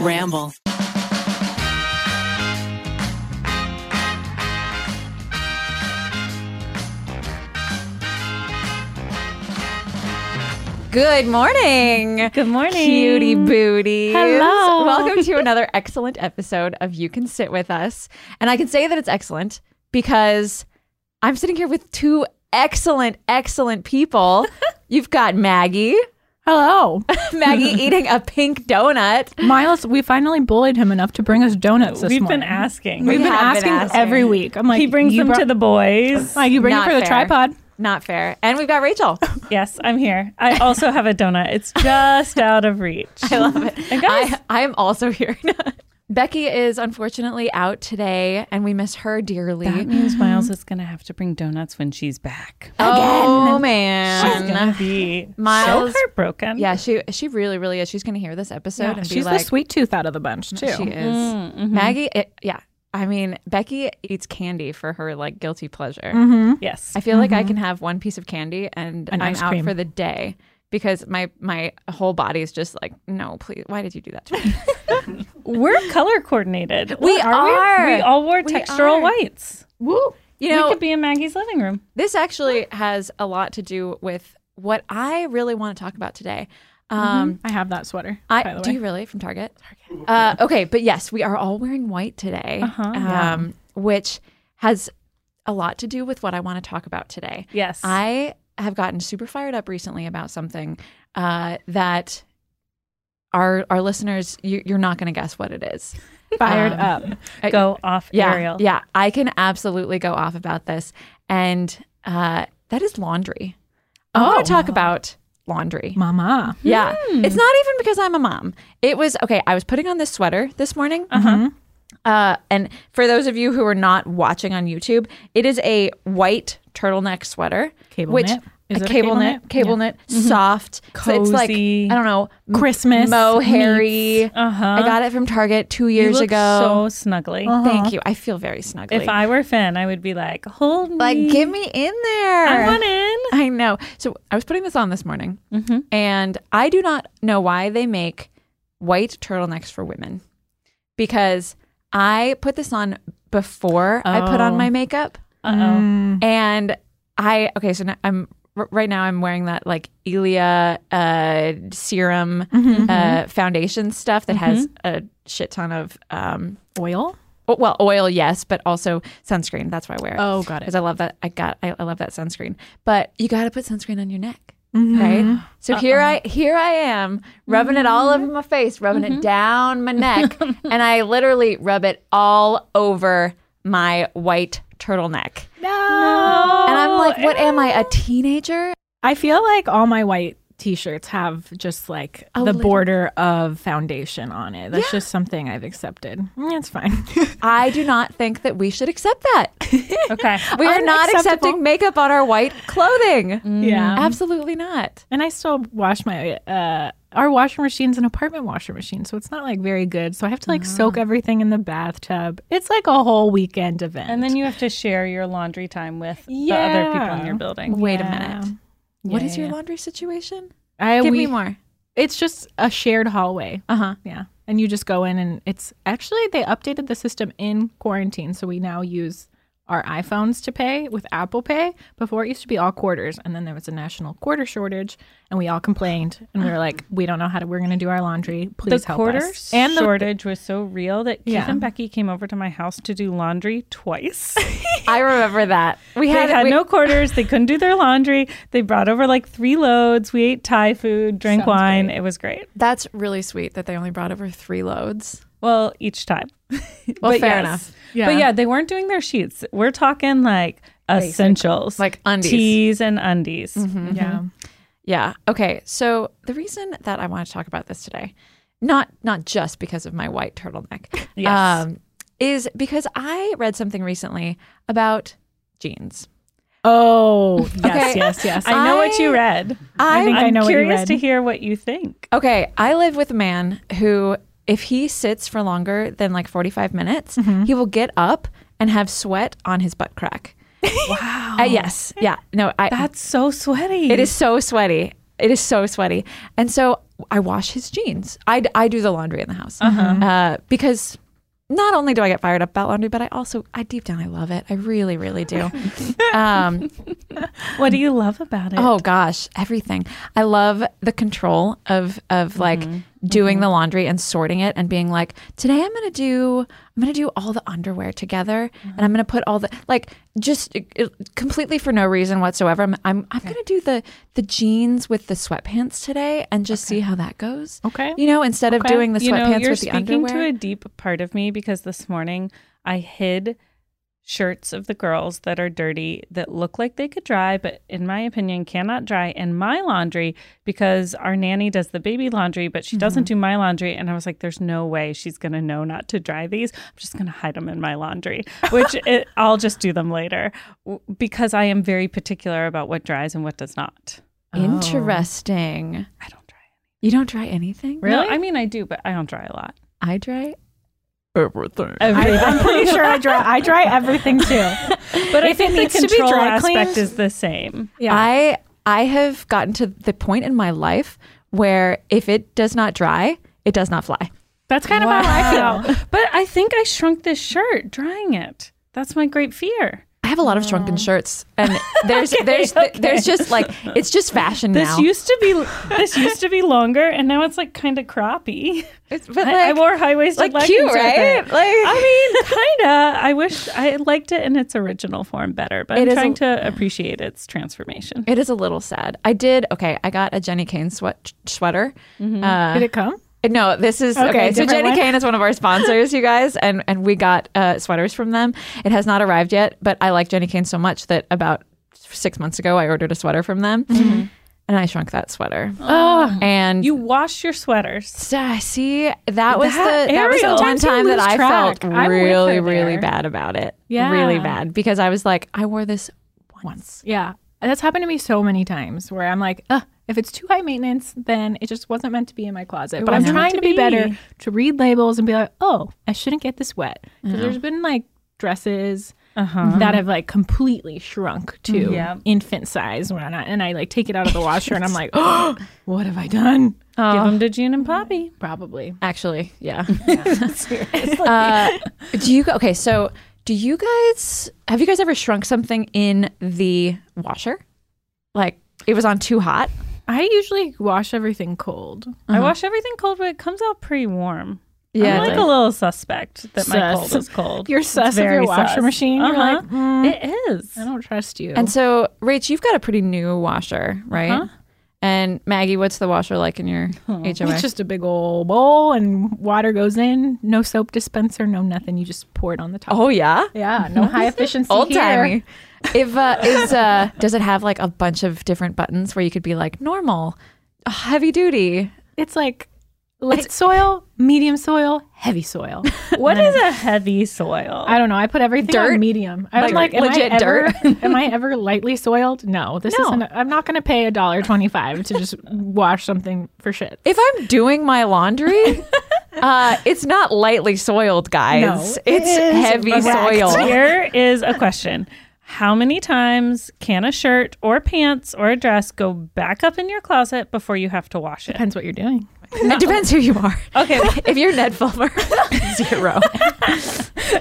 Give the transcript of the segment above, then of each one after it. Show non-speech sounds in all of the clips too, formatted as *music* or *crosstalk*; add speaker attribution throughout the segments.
Speaker 1: Ramble.
Speaker 2: Good morning.
Speaker 3: Good morning.
Speaker 2: Cutie booties.
Speaker 3: Hello.
Speaker 2: Welcome to another excellent episode of You Can Sit With Us. And I can say that it's excellent because I'm sitting here with two excellent, excellent
Speaker 3: *laughs*
Speaker 2: people. You've got Maggie,
Speaker 3: Hello.
Speaker 2: Maggie eating a pink donut.
Speaker 3: *laughs* Miles, we finally bullied him enough to bring us donuts this
Speaker 4: We've
Speaker 3: morning.
Speaker 4: been asking.
Speaker 3: We've
Speaker 2: We
Speaker 3: been
Speaker 2: have been
Speaker 3: asking,
Speaker 2: asking.
Speaker 3: every week. I'm like,
Speaker 4: he brings
Speaker 3: you
Speaker 4: them
Speaker 3: brought-
Speaker 4: to the boys.
Speaker 3: Like, you bring it
Speaker 2: Not
Speaker 3: for the
Speaker 2: fair.
Speaker 3: tripod.
Speaker 2: Not fair. And we've got
Speaker 3: *laughs*
Speaker 2: Rachel.
Speaker 4: yes, I'm here. I also have a donut. It's just out of reach.
Speaker 2: I love it.
Speaker 4: And guys-
Speaker 2: I, I am also here. *laughs* Becky is unfortunately out today and we miss her dearly.
Speaker 4: That means Miles is gonna have to bring donuts when she's back.
Speaker 2: Oh
Speaker 4: She's gonna
Speaker 2: man. uh,
Speaker 4: be
Speaker 2: Miles-
Speaker 4: so heartbroken.
Speaker 2: Yeah, she she really really is. She's going to hear this episode and be
Speaker 3: *laughs* She's
Speaker 2: like
Speaker 3: the sweet tooth out of the bunch, too. Mm-hmm,
Speaker 2: She is. Maggie, it, yeah. I mean, Becky eats candy for her like guilty pleasure.
Speaker 3: Mm-hmm,
Speaker 4: Yes.
Speaker 2: I feel like I can have one piece of candy and
Speaker 3: And
Speaker 2: I'm
Speaker 3: mm-hmm. ice
Speaker 2: out
Speaker 3: cream.
Speaker 2: for the day because my my whole body is just like, no, please. Why did you do that to
Speaker 3: *laughs*
Speaker 2: me?
Speaker 4: We're color coordinated.
Speaker 2: We
Speaker 4: What
Speaker 2: are.
Speaker 4: We? we all wore
Speaker 2: We
Speaker 4: textural
Speaker 2: are.
Speaker 4: whites.
Speaker 2: Woo. You know,
Speaker 4: we could be in Maggie's living room.
Speaker 2: this actually has a lot to do with what I really want to talk about today.
Speaker 3: Mm-hmm.
Speaker 2: Um,
Speaker 3: I have that sweater, by
Speaker 2: I,
Speaker 3: the
Speaker 2: do
Speaker 3: way.
Speaker 2: you really from Target? Target. Uh, okay, but yes, we are all wearing white today,
Speaker 3: Uh-huh.
Speaker 2: um, which has a lot to do with what I want to talk about today.
Speaker 4: Yes.
Speaker 2: I have gotten super fired up recently about something uh, that our our listeners you, you're not going to guess what it is.
Speaker 3: Fired
Speaker 2: Um,
Speaker 3: up.
Speaker 2: I-
Speaker 4: Go off
Speaker 2: yeah,
Speaker 4: Ariel.
Speaker 2: yeah, I can absolutely go off about this, and uh, that is laundry. I
Speaker 3: Oh.
Speaker 2: want to talk about laundry.
Speaker 3: Mama.
Speaker 2: Yeah.
Speaker 3: Hmm.
Speaker 2: It's not even because I'm a mom. It was okay, I was putting on this sweater this morning. Uh-huh. and for those of you who are not watching on YouTube, it is a white turtleneck sweater,
Speaker 3: Cable
Speaker 2: which
Speaker 3: knit? Is
Speaker 2: a
Speaker 3: it a
Speaker 2: cable
Speaker 3: cable
Speaker 2: knit,
Speaker 3: knit? Mm-hmm.
Speaker 2: cable knit, soft. So it's like I
Speaker 4: Cozy.
Speaker 2: don't know, m-
Speaker 3: Christmas Uh-huh.
Speaker 2: mohairy. I got it from Target two
Speaker 4: You
Speaker 2: years
Speaker 4: look
Speaker 2: ago. Uh-huh.
Speaker 4: So snuggly.
Speaker 3: Uh-huh.
Speaker 2: Thank you. I feel very snuggly.
Speaker 4: If I were Finn, I would be like, hold me.
Speaker 2: like, get me in there.
Speaker 4: I want
Speaker 2: *laughs*
Speaker 4: in.
Speaker 2: I know. So I was putting this on this morning,
Speaker 3: Mm-hmm.
Speaker 2: and I do not know why they make white turtlenecks for women because I put this on before I put on
Speaker 3: Oh. Mm.
Speaker 2: my makeup,
Speaker 4: Uh
Speaker 2: Mm.
Speaker 4: oh.
Speaker 2: and I okay. So now I'm r- right now I'm wearing that like Ilia uh, serum
Speaker 3: Mm-hmm.
Speaker 2: uh, foundation stuff that has a shit ton of um,
Speaker 3: Oil.
Speaker 2: o- well oil, yes, but also sunscreen. That's why I wear it
Speaker 3: Oh, got
Speaker 2: because
Speaker 3: it.
Speaker 2: I love that. I got I, I love that sunscreen. But you got to put sunscreen on your neck, right? So here I here I am rubbing it all over my face, rubbing it down my neck, and I literally rub it all over my white turtleneck.
Speaker 3: No.
Speaker 2: And I'm like, what am I, a teenager?
Speaker 3: I feel like all my white t-shirts have just like
Speaker 2: A
Speaker 3: the
Speaker 2: little-
Speaker 3: border of foundation on it. That's just something I've accepted. Mm, It's fine.
Speaker 2: I do not think that we should accept that.
Speaker 4: Okay.
Speaker 2: We are not
Speaker 3: Unacceptable. Mm-hmm.
Speaker 2: accepting makeup on our white clothing.
Speaker 3: *laughs* yeah.
Speaker 2: Absolutely not.
Speaker 3: And I still wash my uh our washing machine's an apartment washer machine, so it's not like very good. So I have to like soak everything in the bathtub. It's like a whole weekend event. *laughs*
Speaker 4: And then you have to share your laundry time with the other people in your
Speaker 3: Yeah.
Speaker 4: building.
Speaker 2: Wait a
Speaker 3: Yeah.
Speaker 2: minute. What
Speaker 4: Yeah,
Speaker 2: is your
Speaker 4: yeah.
Speaker 2: laundry situation?
Speaker 3: I
Speaker 2: Give
Speaker 3: we,
Speaker 2: me more.
Speaker 3: It's just a shared hallway.
Speaker 2: Uh huh.
Speaker 3: Yeah. And you just go in and it's actually they updated the system in quarantine, so we now use our iPhones to pay with Apple Pay. Before it used to be all quarters, and then there was a national quarter shortage, and we all complained, and we were like, "We don't know how to, we're going to do our laundry. Please
Speaker 4: the
Speaker 3: help
Speaker 4: quarter
Speaker 3: us." And the
Speaker 4: shortage was so real that Keith
Speaker 3: Yeah.
Speaker 4: and Becky came over to my house to do laundry twice.
Speaker 2: *laughs* I remember that. We
Speaker 4: they
Speaker 2: had,
Speaker 4: had
Speaker 2: we-
Speaker 4: no quarters. They couldn't do their laundry. They brought over like three loads. We ate Thai food, drank
Speaker 3: Sounds
Speaker 4: wine. It was great.
Speaker 2: That's really sweet that they only brought over three loads.
Speaker 4: Well, each time. *laughs* well,
Speaker 2: Well, fair enough.
Speaker 3: Yeah.
Speaker 4: But yeah, they weren't doing their sheets. We're talking like essentials,
Speaker 2: Like undies.
Speaker 4: tees and undies.
Speaker 3: yeah.
Speaker 2: Yeah. Okay. So the reason that I want to talk about this today, not not just because of my white turtleneck,
Speaker 4: *laughs*
Speaker 2: um,
Speaker 4: Yes.
Speaker 2: is because I read something recently about jeans.
Speaker 3: *laughs* Oh, yes,
Speaker 2: Okay.
Speaker 3: yes, yes.
Speaker 4: I know what you
Speaker 2: I-
Speaker 4: read.
Speaker 2: I-
Speaker 3: I think
Speaker 4: I'm
Speaker 3: I know what you
Speaker 4: curious
Speaker 3: read.
Speaker 4: to hear what you think.
Speaker 2: Okay, I live with a man who, if he sits for longer than like 45 minutes,
Speaker 4: Mm-hmm.
Speaker 2: he will get up and have sweat on his butt crack. wow. yes. Yeah. No, I,
Speaker 4: That's so sweaty.
Speaker 2: It is so sweaty. It is so sweaty. And so I wash his jeans. I, I do the laundry in the house uh, because not only do I get fired up about laundry, but I also, I deep down, I love it. I really, really do. um,
Speaker 4: What do you love about it?
Speaker 2: Oh gosh, everything. I love the control of of
Speaker 4: Mm-hmm.
Speaker 2: like doing the laundry and sorting it and being like, today I'm gonna do I'm gonna do all the underwear together and
Speaker 4: Mm-hmm.
Speaker 2: I'm gonna put all the like just it- it- completely for no reason whatsoever. I'm I'm, I'm gonna do the the jeans with the sweatpants today and just see how that goes.
Speaker 3: Okay.
Speaker 2: you know, instead of
Speaker 3: Okay.
Speaker 2: doing the
Speaker 4: you know,
Speaker 2: sweatpants
Speaker 4: you're
Speaker 2: with the
Speaker 4: speaking
Speaker 2: underwear.
Speaker 4: to a deep part of me because this morning I hid shirts of the girls that are dirty that look like they could dry, but in my opinion cannot dry in my laundry because our nanny does the baby laundry, but she doesn't
Speaker 2: Mm-hmm.
Speaker 4: do my laundry. And I was like, there's no way she's gonna know not to dry these. I'm just gonna hide them in my
Speaker 2: *laughs*
Speaker 4: laundry, which it, I'll just do them later w- because I am very particular about what dries and what does not.
Speaker 2: Interesting.
Speaker 4: I don't dry.
Speaker 2: You don't dry anything.
Speaker 4: No,
Speaker 3: Really?
Speaker 4: I mean I do, but I don't dry a lot.
Speaker 2: I dry.
Speaker 3: I, I'm pretty sure I dry. I dry everything too.
Speaker 4: *laughs* But I
Speaker 3: If
Speaker 4: think
Speaker 3: it
Speaker 4: the
Speaker 3: needs to be
Speaker 4: control
Speaker 3: dry
Speaker 4: aspect
Speaker 3: cleaned-
Speaker 4: is the same.
Speaker 3: Yeah.
Speaker 2: I I have gotten to the point in my life where if it does not dry, it does not fly.
Speaker 4: That's kind of how I feel. But I think I shrunk this shirt drying it. That's my great fear.
Speaker 2: I have a lot of
Speaker 4: Oh.
Speaker 2: shrunken shirts,
Speaker 4: *laughs*
Speaker 2: and there's there's there's just like it's just fashion
Speaker 4: This
Speaker 2: now.
Speaker 4: used to be this used to be longer, and now it's like kind of croppy.
Speaker 2: It's- but
Speaker 4: I, I
Speaker 2: like-
Speaker 4: wore high waisted
Speaker 2: like
Speaker 4: leggings.
Speaker 2: cute,
Speaker 4: with
Speaker 2: right?
Speaker 4: it.
Speaker 2: Like
Speaker 4: I mean, kind of. I wish I liked it in its original form better, but
Speaker 2: It
Speaker 4: I'm
Speaker 2: is a-
Speaker 4: trying to appreciate its transformation.
Speaker 2: it is a little sad. I did okay. I got a Jenny Kane sweat sweater.
Speaker 4: Mm-hmm.
Speaker 2: Uh,
Speaker 3: *laughs* Did it come?
Speaker 2: No, this is okay.
Speaker 3: Okay,
Speaker 2: so
Speaker 3: different
Speaker 2: Jenny
Speaker 3: one.
Speaker 2: Kane is one of our sponsors, you guys, *laughs* and and we got uh, sweaters from them. It has not arrived yet, but I like Jenny Kane so much that about six months ago I ordered a sweater from them, and I shrunk that sweater. Oh, and
Speaker 4: Mm-hmm. You wash your sweaters.
Speaker 2: Ah, see that was
Speaker 4: That-
Speaker 2: the that was the
Speaker 4: Ariel.
Speaker 2: one
Speaker 4: Sometimes you
Speaker 2: time that
Speaker 4: lose
Speaker 2: I felt
Speaker 4: track. I'm with
Speaker 2: really
Speaker 4: her
Speaker 2: really
Speaker 4: there.
Speaker 2: bad about it.
Speaker 3: Yeah.
Speaker 2: really bad because I was like I wore this once.
Speaker 3: Yeah. That's happened to me so many times where I'm like, Ugh, if it's too high maintenance, then it just wasn't meant to be in my closet. But I'm
Speaker 4: wasn't
Speaker 3: trying
Speaker 4: meant
Speaker 3: to
Speaker 4: to
Speaker 3: be better
Speaker 4: be.
Speaker 3: to read labels and be like, oh, I shouldn't get this wet. Because there's been like dresses that have like completely shrunk to
Speaker 4: Yeah.
Speaker 3: infant size when I, and I like take it out of the washer *laughs* and I'm like, oh, what have I done?
Speaker 4: Give them to June and Poppy.
Speaker 3: Probably.
Speaker 2: Actually, *laughs* yeah. uh, do you okay? So, do you guys have you guys ever shrunk something in the washer? Like it was on too hot.
Speaker 3: I usually wash everything cold.
Speaker 4: I wash everything cold, but it comes out pretty warm.
Speaker 2: Yeah, it
Speaker 4: I'm like a
Speaker 2: does.
Speaker 4: little suspect that my
Speaker 3: Sus.
Speaker 4: cold is cold.
Speaker 3: You're
Speaker 4: It's
Speaker 3: sus of your
Speaker 4: very
Speaker 3: washer
Speaker 4: sus.
Speaker 3: machine. You're
Speaker 4: Uh-huh.
Speaker 3: like, "Mm, *laughs*
Speaker 4: it is.
Speaker 3: I don't trust you.
Speaker 2: And so, Rach, you've got a pretty new washer, right? And Maggie, what's the washer like in your *laughs* HOA?
Speaker 3: It's just a big old bowl, and water goes in. No soap dispenser, no nothing. You just pour it on the top.
Speaker 2: oh yeah,
Speaker 3: yeah, *laughs* no high efficiency.
Speaker 2: old *laughs*
Speaker 3: here.
Speaker 2: timey. If uh, is uh, does it have like a bunch of different buttons where you could be like normal, uh, heavy duty?
Speaker 3: It's like light soil, medium soil, heavy *laughs* soil.
Speaker 4: What is a heavy soil?
Speaker 3: I don't know. I put everything
Speaker 2: Dirt?
Speaker 3: on medium. I'm
Speaker 2: Like,
Speaker 3: like, am
Speaker 2: legit
Speaker 3: I ever, dirt. *laughs* am I ever lightly soiled? No, this
Speaker 2: No.
Speaker 3: isn't. I'm not going to pay a dollar twenty-five to just wash something for shit.
Speaker 2: if I'm doing my laundry, uh, it's not lightly soiled, guys.
Speaker 3: No,
Speaker 2: it's heavy
Speaker 4: *laughs*
Speaker 2: soil.
Speaker 4: Here is a question. How many times can a shirt or pants or a dress go back up in your closet before you have to wash it?
Speaker 3: Depends what you're doing.
Speaker 2: It depends who you are.
Speaker 4: Okay.
Speaker 2: If you're Ned Fulmer, zero.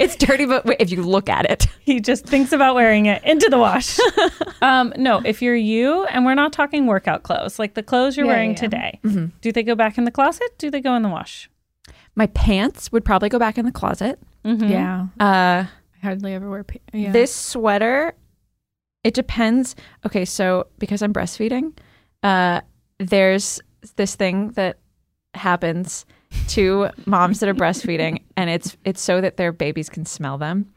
Speaker 2: it's dirty, but w- if you look at it,
Speaker 4: *laughs* He just thinks about wearing it into
Speaker 3: *laughs*
Speaker 4: the wash. um, no, if you're you, and we're not talking workout clothes, like the clothes you're
Speaker 3: Yeah,
Speaker 4: wearing
Speaker 3: yeah, yeah. Mm-hmm.
Speaker 4: today, do they go back in the closet? Do they go in the wash?
Speaker 2: my pants would probably go back in the closet.
Speaker 3: Yeah,
Speaker 2: Uh,
Speaker 3: I hardly ever wear. Pa- yeah.
Speaker 2: This sweater, it depends. Okay, so because I'm breastfeeding, uh, there's this thing that happens to moms that are breastfeeding, and it's it's so that their babies can smell them,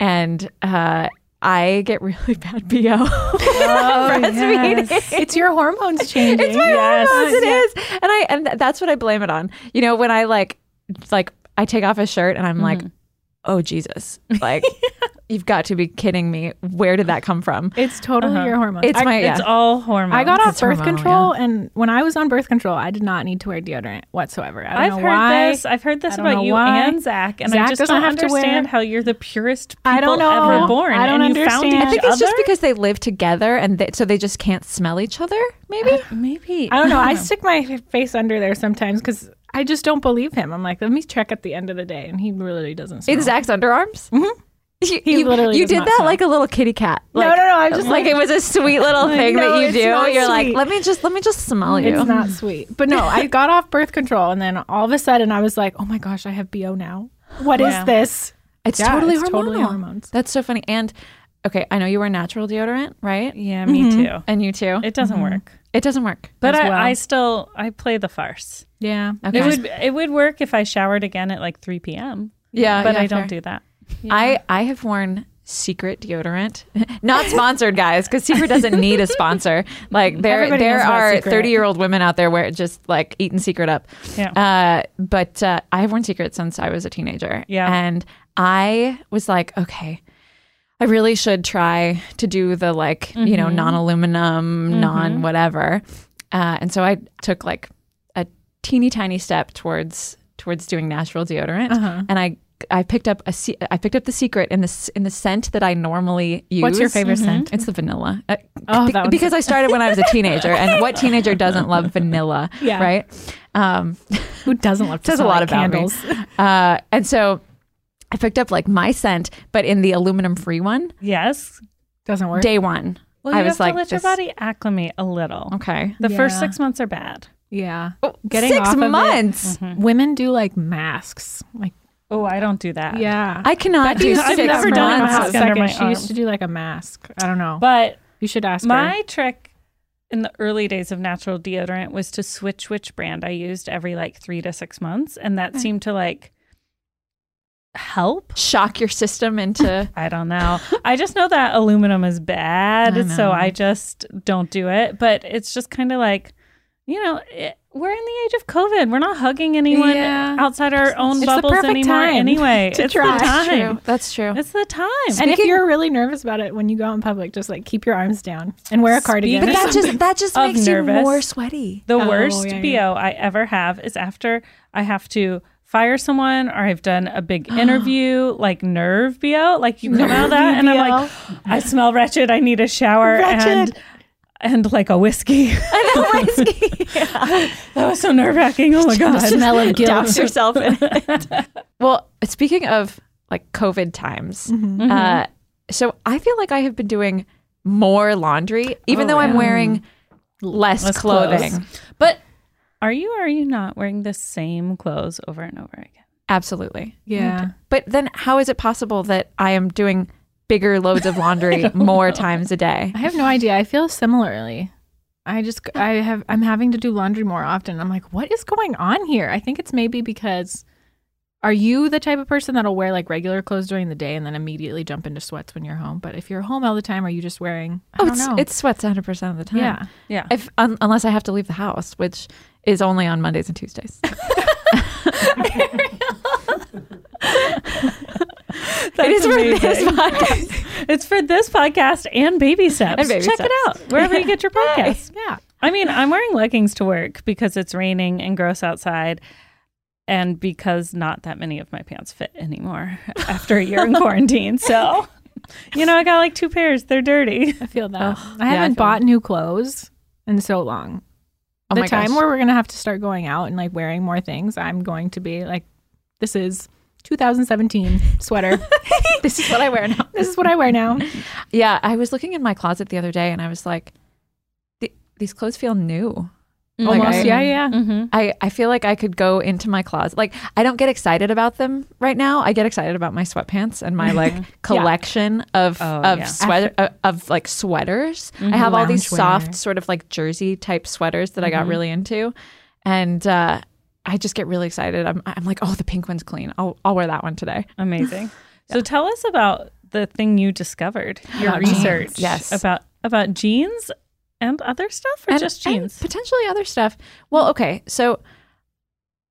Speaker 2: and uh, I get really bad bo. *laughs* breastfeeding.
Speaker 3: Oh,
Speaker 2: *laughs*
Speaker 3: it's your hormones changing.
Speaker 2: It's my hormones. It is, and I and th- that's what I blame it on. You know, when
Speaker 3: Mm-hmm.
Speaker 2: I
Speaker 3: *laughs*
Speaker 2: like like I take off a shirt and I'm like, oh Jesus, like You've got to be kidding me. Where did that come from?
Speaker 3: It's totally your hormones.
Speaker 2: It's
Speaker 3: I,
Speaker 2: my yeah.
Speaker 4: It's all hormones.
Speaker 3: I got off birth
Speaker 1: hormonal,
Speaker 3: control, and when I was on birth control, I did not need to wear deodorant whatsoever. I
Speaker 4: I've
Speaker 3: don't
Speaker 4: heard
Speaker 3: know why.
Speaker 4: this. I've heard this
Speaker 3: I don't know
Speaker 4: about you
Speaker 3: why.
Speaker 4: and Zach, and
Speaker 3: Zach
Speaker 4: I just
Speaker 3: doesn't
Speaker 4: don't
Speaker 3: have to wear-
Speaker 4: understand how you're the purest people
Speaker 3: I don't know.
Speaker 4: ever born.
Speaker 3: I don't
Speaker 4: and you found
Speaker 3: understand.
Speaker 4: each
Speaker 3: I
Speaker 2: I think it's just
Speaker 4: other?
Speaker 2: because they live together and they, so they just can't smell each other, maybe?
Speaker 4: maybe
Speaker 3: I don't
Speaker 2: *laughs*
Speaker 3: know. I stick my face under there sometimes because I just don't believe him. I'm like, let me check at the end of the day, and he really doesn't. Smell.
Speaker 2: In Zach's underarms? You,
Speaker 3: Mm-hmm. He
Speaker 2: you-
Speaker 3: literally
Speaker 2: you
Speaker 3: does
Speaker 2: did
Speaker 3: not
Speaker 2: that
Speaker 3: smell.
Speaker 2: like a little kitty cat.
Speaker 3: No,
Speaker 2: Like,
Speaker 3: no, no. I'm just
Speaker 2: like it was a sweet
Speaker 3: *laughs*
Speaker 2: little thing
Speaker 3: No,
Speaker 2: that you
Speaker 3: it's
Speaker 2: do.
Speaker 3: not
Speaker 2: You're
Speaker 3: sweet.
Speaker 2: like, let me just let me just smell you.
Speaker 3: It's not sweet. But no, I got off birth control and then all of a sudden I was like, oh my gosh, I have BO now. What is
Speaker 4: Yeah.
Speaker 3: this?
Speaker 2: It's
Speaker 3: Yeah,
Speaker 2: totally
Speaker 3: it's
Speaker 2: hormonal.
Speaker 3: totally hormones.
Speaker 2: That's so funny. And okay, I know you wear natural deodorant, right?
Speaker 4: Yeah, me
Speaker 3: Mm-hmm.
Speaker 4: too.
Speaker 2: And you too. It,
Speaker 4: It doesn't work.
Speaker 2: doesn't work.
Speaker 4: But
Speaker 2: as
Speaker 4: I,
Speaker 2: well.
Speaker 4: I still I play the farce.
Speaker 3: Yeah.
Speaker 4: It
Speaker 2: Okay.
Speaker 4: would it would work if I showered again at like 3 p.m.
Speaker 2: yeah,
Speaker 4: but
Speaker 2: yeah,
Speaker 4: I don't
Speaker 2: fair.
Speaker 4: do that.
Speaker 2: I I have worn secret deodorant, *laughs* not sponsored, guys, because Secret doesn't need a sponsor. Like there
Speaker 3: Everybody
Speaker 2: there
Speaker 3: knows about
Speaker 2: are
Speaker 3: Secret.
Speaker 2: thirty year old women out there where it just like eating Secret up.
Speaker 4: Yeah.
Speaker 2: Uh, but uh, I have worn Secret since I was a teenager.
Speaker 4: Yeah.
Speaker 2: and I was like, okay. I really should try to do the like, you
Speaker 3: Mm-hmm.
Speaker 2: know, non aluminum, non whatever. Uh, and so I took like a teeny tiny step towards towards doing natural deodorant.
Speaker 3: Uh-huh.
Speaker 2: And I I picked up a se- I picked up the secret in the s- in the scent that I normally use. Mm-hmm.
Speaker 3: What's your favorite scent?
Speaker 2: It's the vanilla. Uh,
Speaker 3: Oh,
Speaker 2: be-
Speaker 3: that one's-
Speaker 2: because I started when I was a teenager, and
Speaker 3: *laughs*
Speaker 2: what teenager doesn't love vanilla,
Speaker 3: Yeah.
Speaker 2: right? Um,
Speaker 3: Who doesn't love to
Speaker 2: says a
Speaker 3: smell
Speaker 2: lot
Speaker 3: like
Speaker 2: about
Speaker 3: candles?
Speaker 2: me. Uh, and so I picked up like my scent, but in the aluminum free one.
Speaker 4: Yes.
Speaker 3: Doesn't work.
Speaker 2: Day one,
Speaker 4: Well, you
Speaker 2: I
Speaker 4: have
Speaker 2: was like,
Speaker 4: to let
Speaker 2: this-
Speaker 4: your body acclimate a little.
Speaker 2: okay,
Speaker 4: The first
Speaker 3: Yeah.
Speaker 4: 6 months are bad.
Speaker 3: yeah.
Speaker 2: six
Speaker 3: off of it- Mm-hmm.
Speaker 2: months.
Speaker 3: Women do like masks. Like
Speaker 4: Oh, I don't do that.
Speaker 3: yeah.
Speaker 2: I cannot do
Speaker 3: used to
Speaker 2: six
Speaker 3: do that
Speaker 4: never
Speaker 3: for
Speaker 4: done
Speaker 3: my
Speaker 4: a
Speaker 2: months.
Speaker 4: mask
Speaker 3: hot
Speaker 4: under
Speaker 3: second.
Speaker 4: my
Speaker 3: She used to do like a mask. I don't know.
Speaker 4: But
Speaker 3: you should ask her.
Speaker 4: My trick in the early days of natural deodorant was to switch which brand I used every like three to six months. And
Speaker 3: Hmm.
Speaker 4: that seemed to like help.
Speaker 2: Shock your system
Speaker 3: *laughs*
Speaker 2: into.
Speaker 4: I don't know. I just know that aluminum is bad.
Speaker 2: I
Speaker 4: so
Speaker 2: know.
Speaker 4: I just don't do it. But it's just kind of like, you know, it, we're in the age of COVID. We're not hugging anyone
Speaker 3: Yeah.
Speaker 4: outside our own
Speaker 3: the
Speaker 4: bubbles
Speaker 3: perfect
Speaker 4: anymore.
Speaker 3: time
Speaker 4: Anyway,
Speaker 3: to
Speaker 4: it's
Speaker 3: try.
Speaker 4: the
Speaker 2: That's
Speaker 4: time.
Speaker 2: true. That's true.
Speaker 4: It's the time.
Speaker 3: and if
Speaker 2: Speaking-
Speaker 3: you're really nervous about it when you go out in public, just like keep your arms down and wear a cardigan.
Speaker 2: But
Speaker 3: or *laughs*
Speaker 2: that
Speaker 3: something.
Speaker 2: just that just
Speaker 4: of
Speaker 2: makes
Speaker 4: nervous.
Speaker 2: you more sweaty.
Speaker 4: The
Speaker 3: Oh,
Speaker 4: worst
Speaker 3: yeah, yeah.
Speaker 4: BO I ever have is after I have to fire someone or I've done
Speaker 3: *gasps*
Speaker 4: a big interview, like nerve BO. Like you come out of that and I'm like, I smell wretched. I need a shower and
Speaker 3: Wretched.
Speaker 4: and like a whiskey. *laughs*
Speaker 2: *laughs*
Speaker 4: that was so nerve wracking. Oh my god.
Speaker 3: *laughs* smell of guilt.
Speaker 2: Douse yourself in it. *laughs* well, speaking of like COVID times, uh, so I feel like I have been doing more laundry, even though I'm wearing less,
Speaker 4: Less clothes.
Speaker 2: clothing.
Speaker 4: But are you or are you not wearing the same clothes over and over again?
Speaker 2: Absolutely.
Speaker 3: yeah.
Speaker 2: But then, how is it possible that I am doing bigger loads of laundry more times a day?
Speaker 3: I have no idea. I feel similarly. I just I have I'm having to do laundry more often. I'm like, what is going on here? I think it's maybe because are you the type of person that'll wear like regular clothes during the day and then immediately jump into sweats when you're home? But if you're home all the time, are you just wearing? I
Speaker 2: Oh,
Speaker 3: don't
Speaker 2: it's
Speaker 3: know.
Speaker 2: it sweats 100 percent of the time.
Speaker 3: yeah.
Speaker 4: Yeah.
Speaker 2: If un- unless I have to leave the house, which is only on Mondays and Tuesdays.
Speaker 4: That's
Speaker 2: *laughs* it is for
Speaker 4: amazing.
Speaker 3: *laughs*
Speaker 2: this podcast.
Speaker 4: It's for this podcast and baby steps.
Speaker 2: And Baby
Speaker 4: Check it
Speaker 2: Steps.
Speaker 4: out wherever you
Speaker 2: *laughs*
Speaker 4: get your podcast.
Speaker 3: Yeah.
Speaker 4: I mean, I'm wearing leggings to work because it's raining and gross outside, and because not that many of my pants fit anymore *laughs* after a year in quarantine. So, you know, I got like two pairs. They're
Speaker 2: *laughs*
Speaker 4: dirty.
Speaker 3: I feel that. I
Speaker 2: yeah, I
Speaker 3: haven't
Speaker 2: feel
Speaker 3: bought new clothes in so long.
Speaker 2: Oh
Speaker 3: the
Speaker 2: my
Speaker 3: time
Speaker 2: gosh.
Speaker 3: where we're gonna have to start going out and like wearing more things, I'm going to be like, this is 2017
Speaker 2: *laughs*
Speaker 3: sweater. this is what I wear now. This is what I wear now.
Speaker 2: Yeah, I was looking in my closet the other day and I was like, "The- these clothes feel new. Like,
Speaker 3: Almost.
Speaker 2: I-
Speaker 3: yeah, yeah. yeah.
Speaker 2: I, I feel like I could go into my closet. Like, I don't get excited about them right now. I get excited about my sweatpants and my
Speaker 4: *laughs*
Speaker 2: like collection of
Speaker 4: Oh,
Speaker 2: of
Speaker 4: yeah. Mm-hmm.
Speaker 2: sweater uh, of like sweaters. I have all these
Speaker 3: Loungewear.
Speaker 2: soft sort of like jersey type sweaters that I
Speaker 4: Mm-hmm.
Speaker 2: got really into, and uh, I just get really excited. I'm I'm like, oh, the pink one's clean. I'll I'll wear that one today. *laughs*
Speaker 4: Amazing. So, tell us about the thing you discovered, your
Speaker 2: About jeans,
Speaker 4: research,
Speaker 2: yes.
Speaker 4: about about jeans and other stuff, or
Speaker 2: And-
Speaker 4: just
Speaker 2: and
Speaker 4: jeans.
Speaker 2: potentially other stuff. Well, okay, so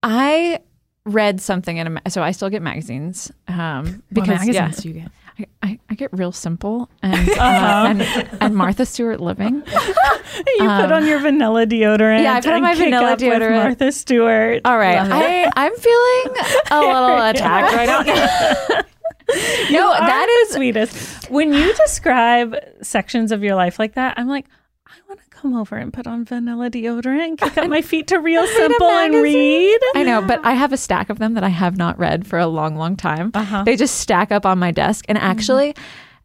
Speaker 2: I read something in a ma- so I still get magazines um, because
Speaker 3: magazines
Speaker 2: yeah,
Speaker 3: do you get?
Speaker 2: I, I, I get real simple *laughs* and, uh, and and Martha Stewart living.
Speaker 4: You put on your vanilla deodorant.
Speaker 2: Um, Yeah, I put on
Speaker 4: and
Speaker 2: my
Speaker 4: kick
Speaker 2: vanilla
Speaker 4: up with
Speaker 2: deodorant.
Speaker 4: Martha Stewart.
Speaker 2: All right,
Speaker 3: Love
Speaker 2: I I'm feeling *laughs* a little attacked right now. *laughs* no,
Speaker 4: You are
Speaker 2: that
Speaker 4: the
Speaker 2: is
Speaker 4: sweetest. When you describe sections of your life like that, I'm like, I want to come over and put on vanilla deodorant,
Speaker 2: *laughs*
Speaker 4: kick up my feet to real simple, and
Speaker 2: magazine.
Speaker 4: read.
Speaker 2: I know, *laughs* but I have a stack of them that I have not read for a long, long time.
Speaker 4: Uh-huh.
Speaker 2: They just stack up on my desk. And actually,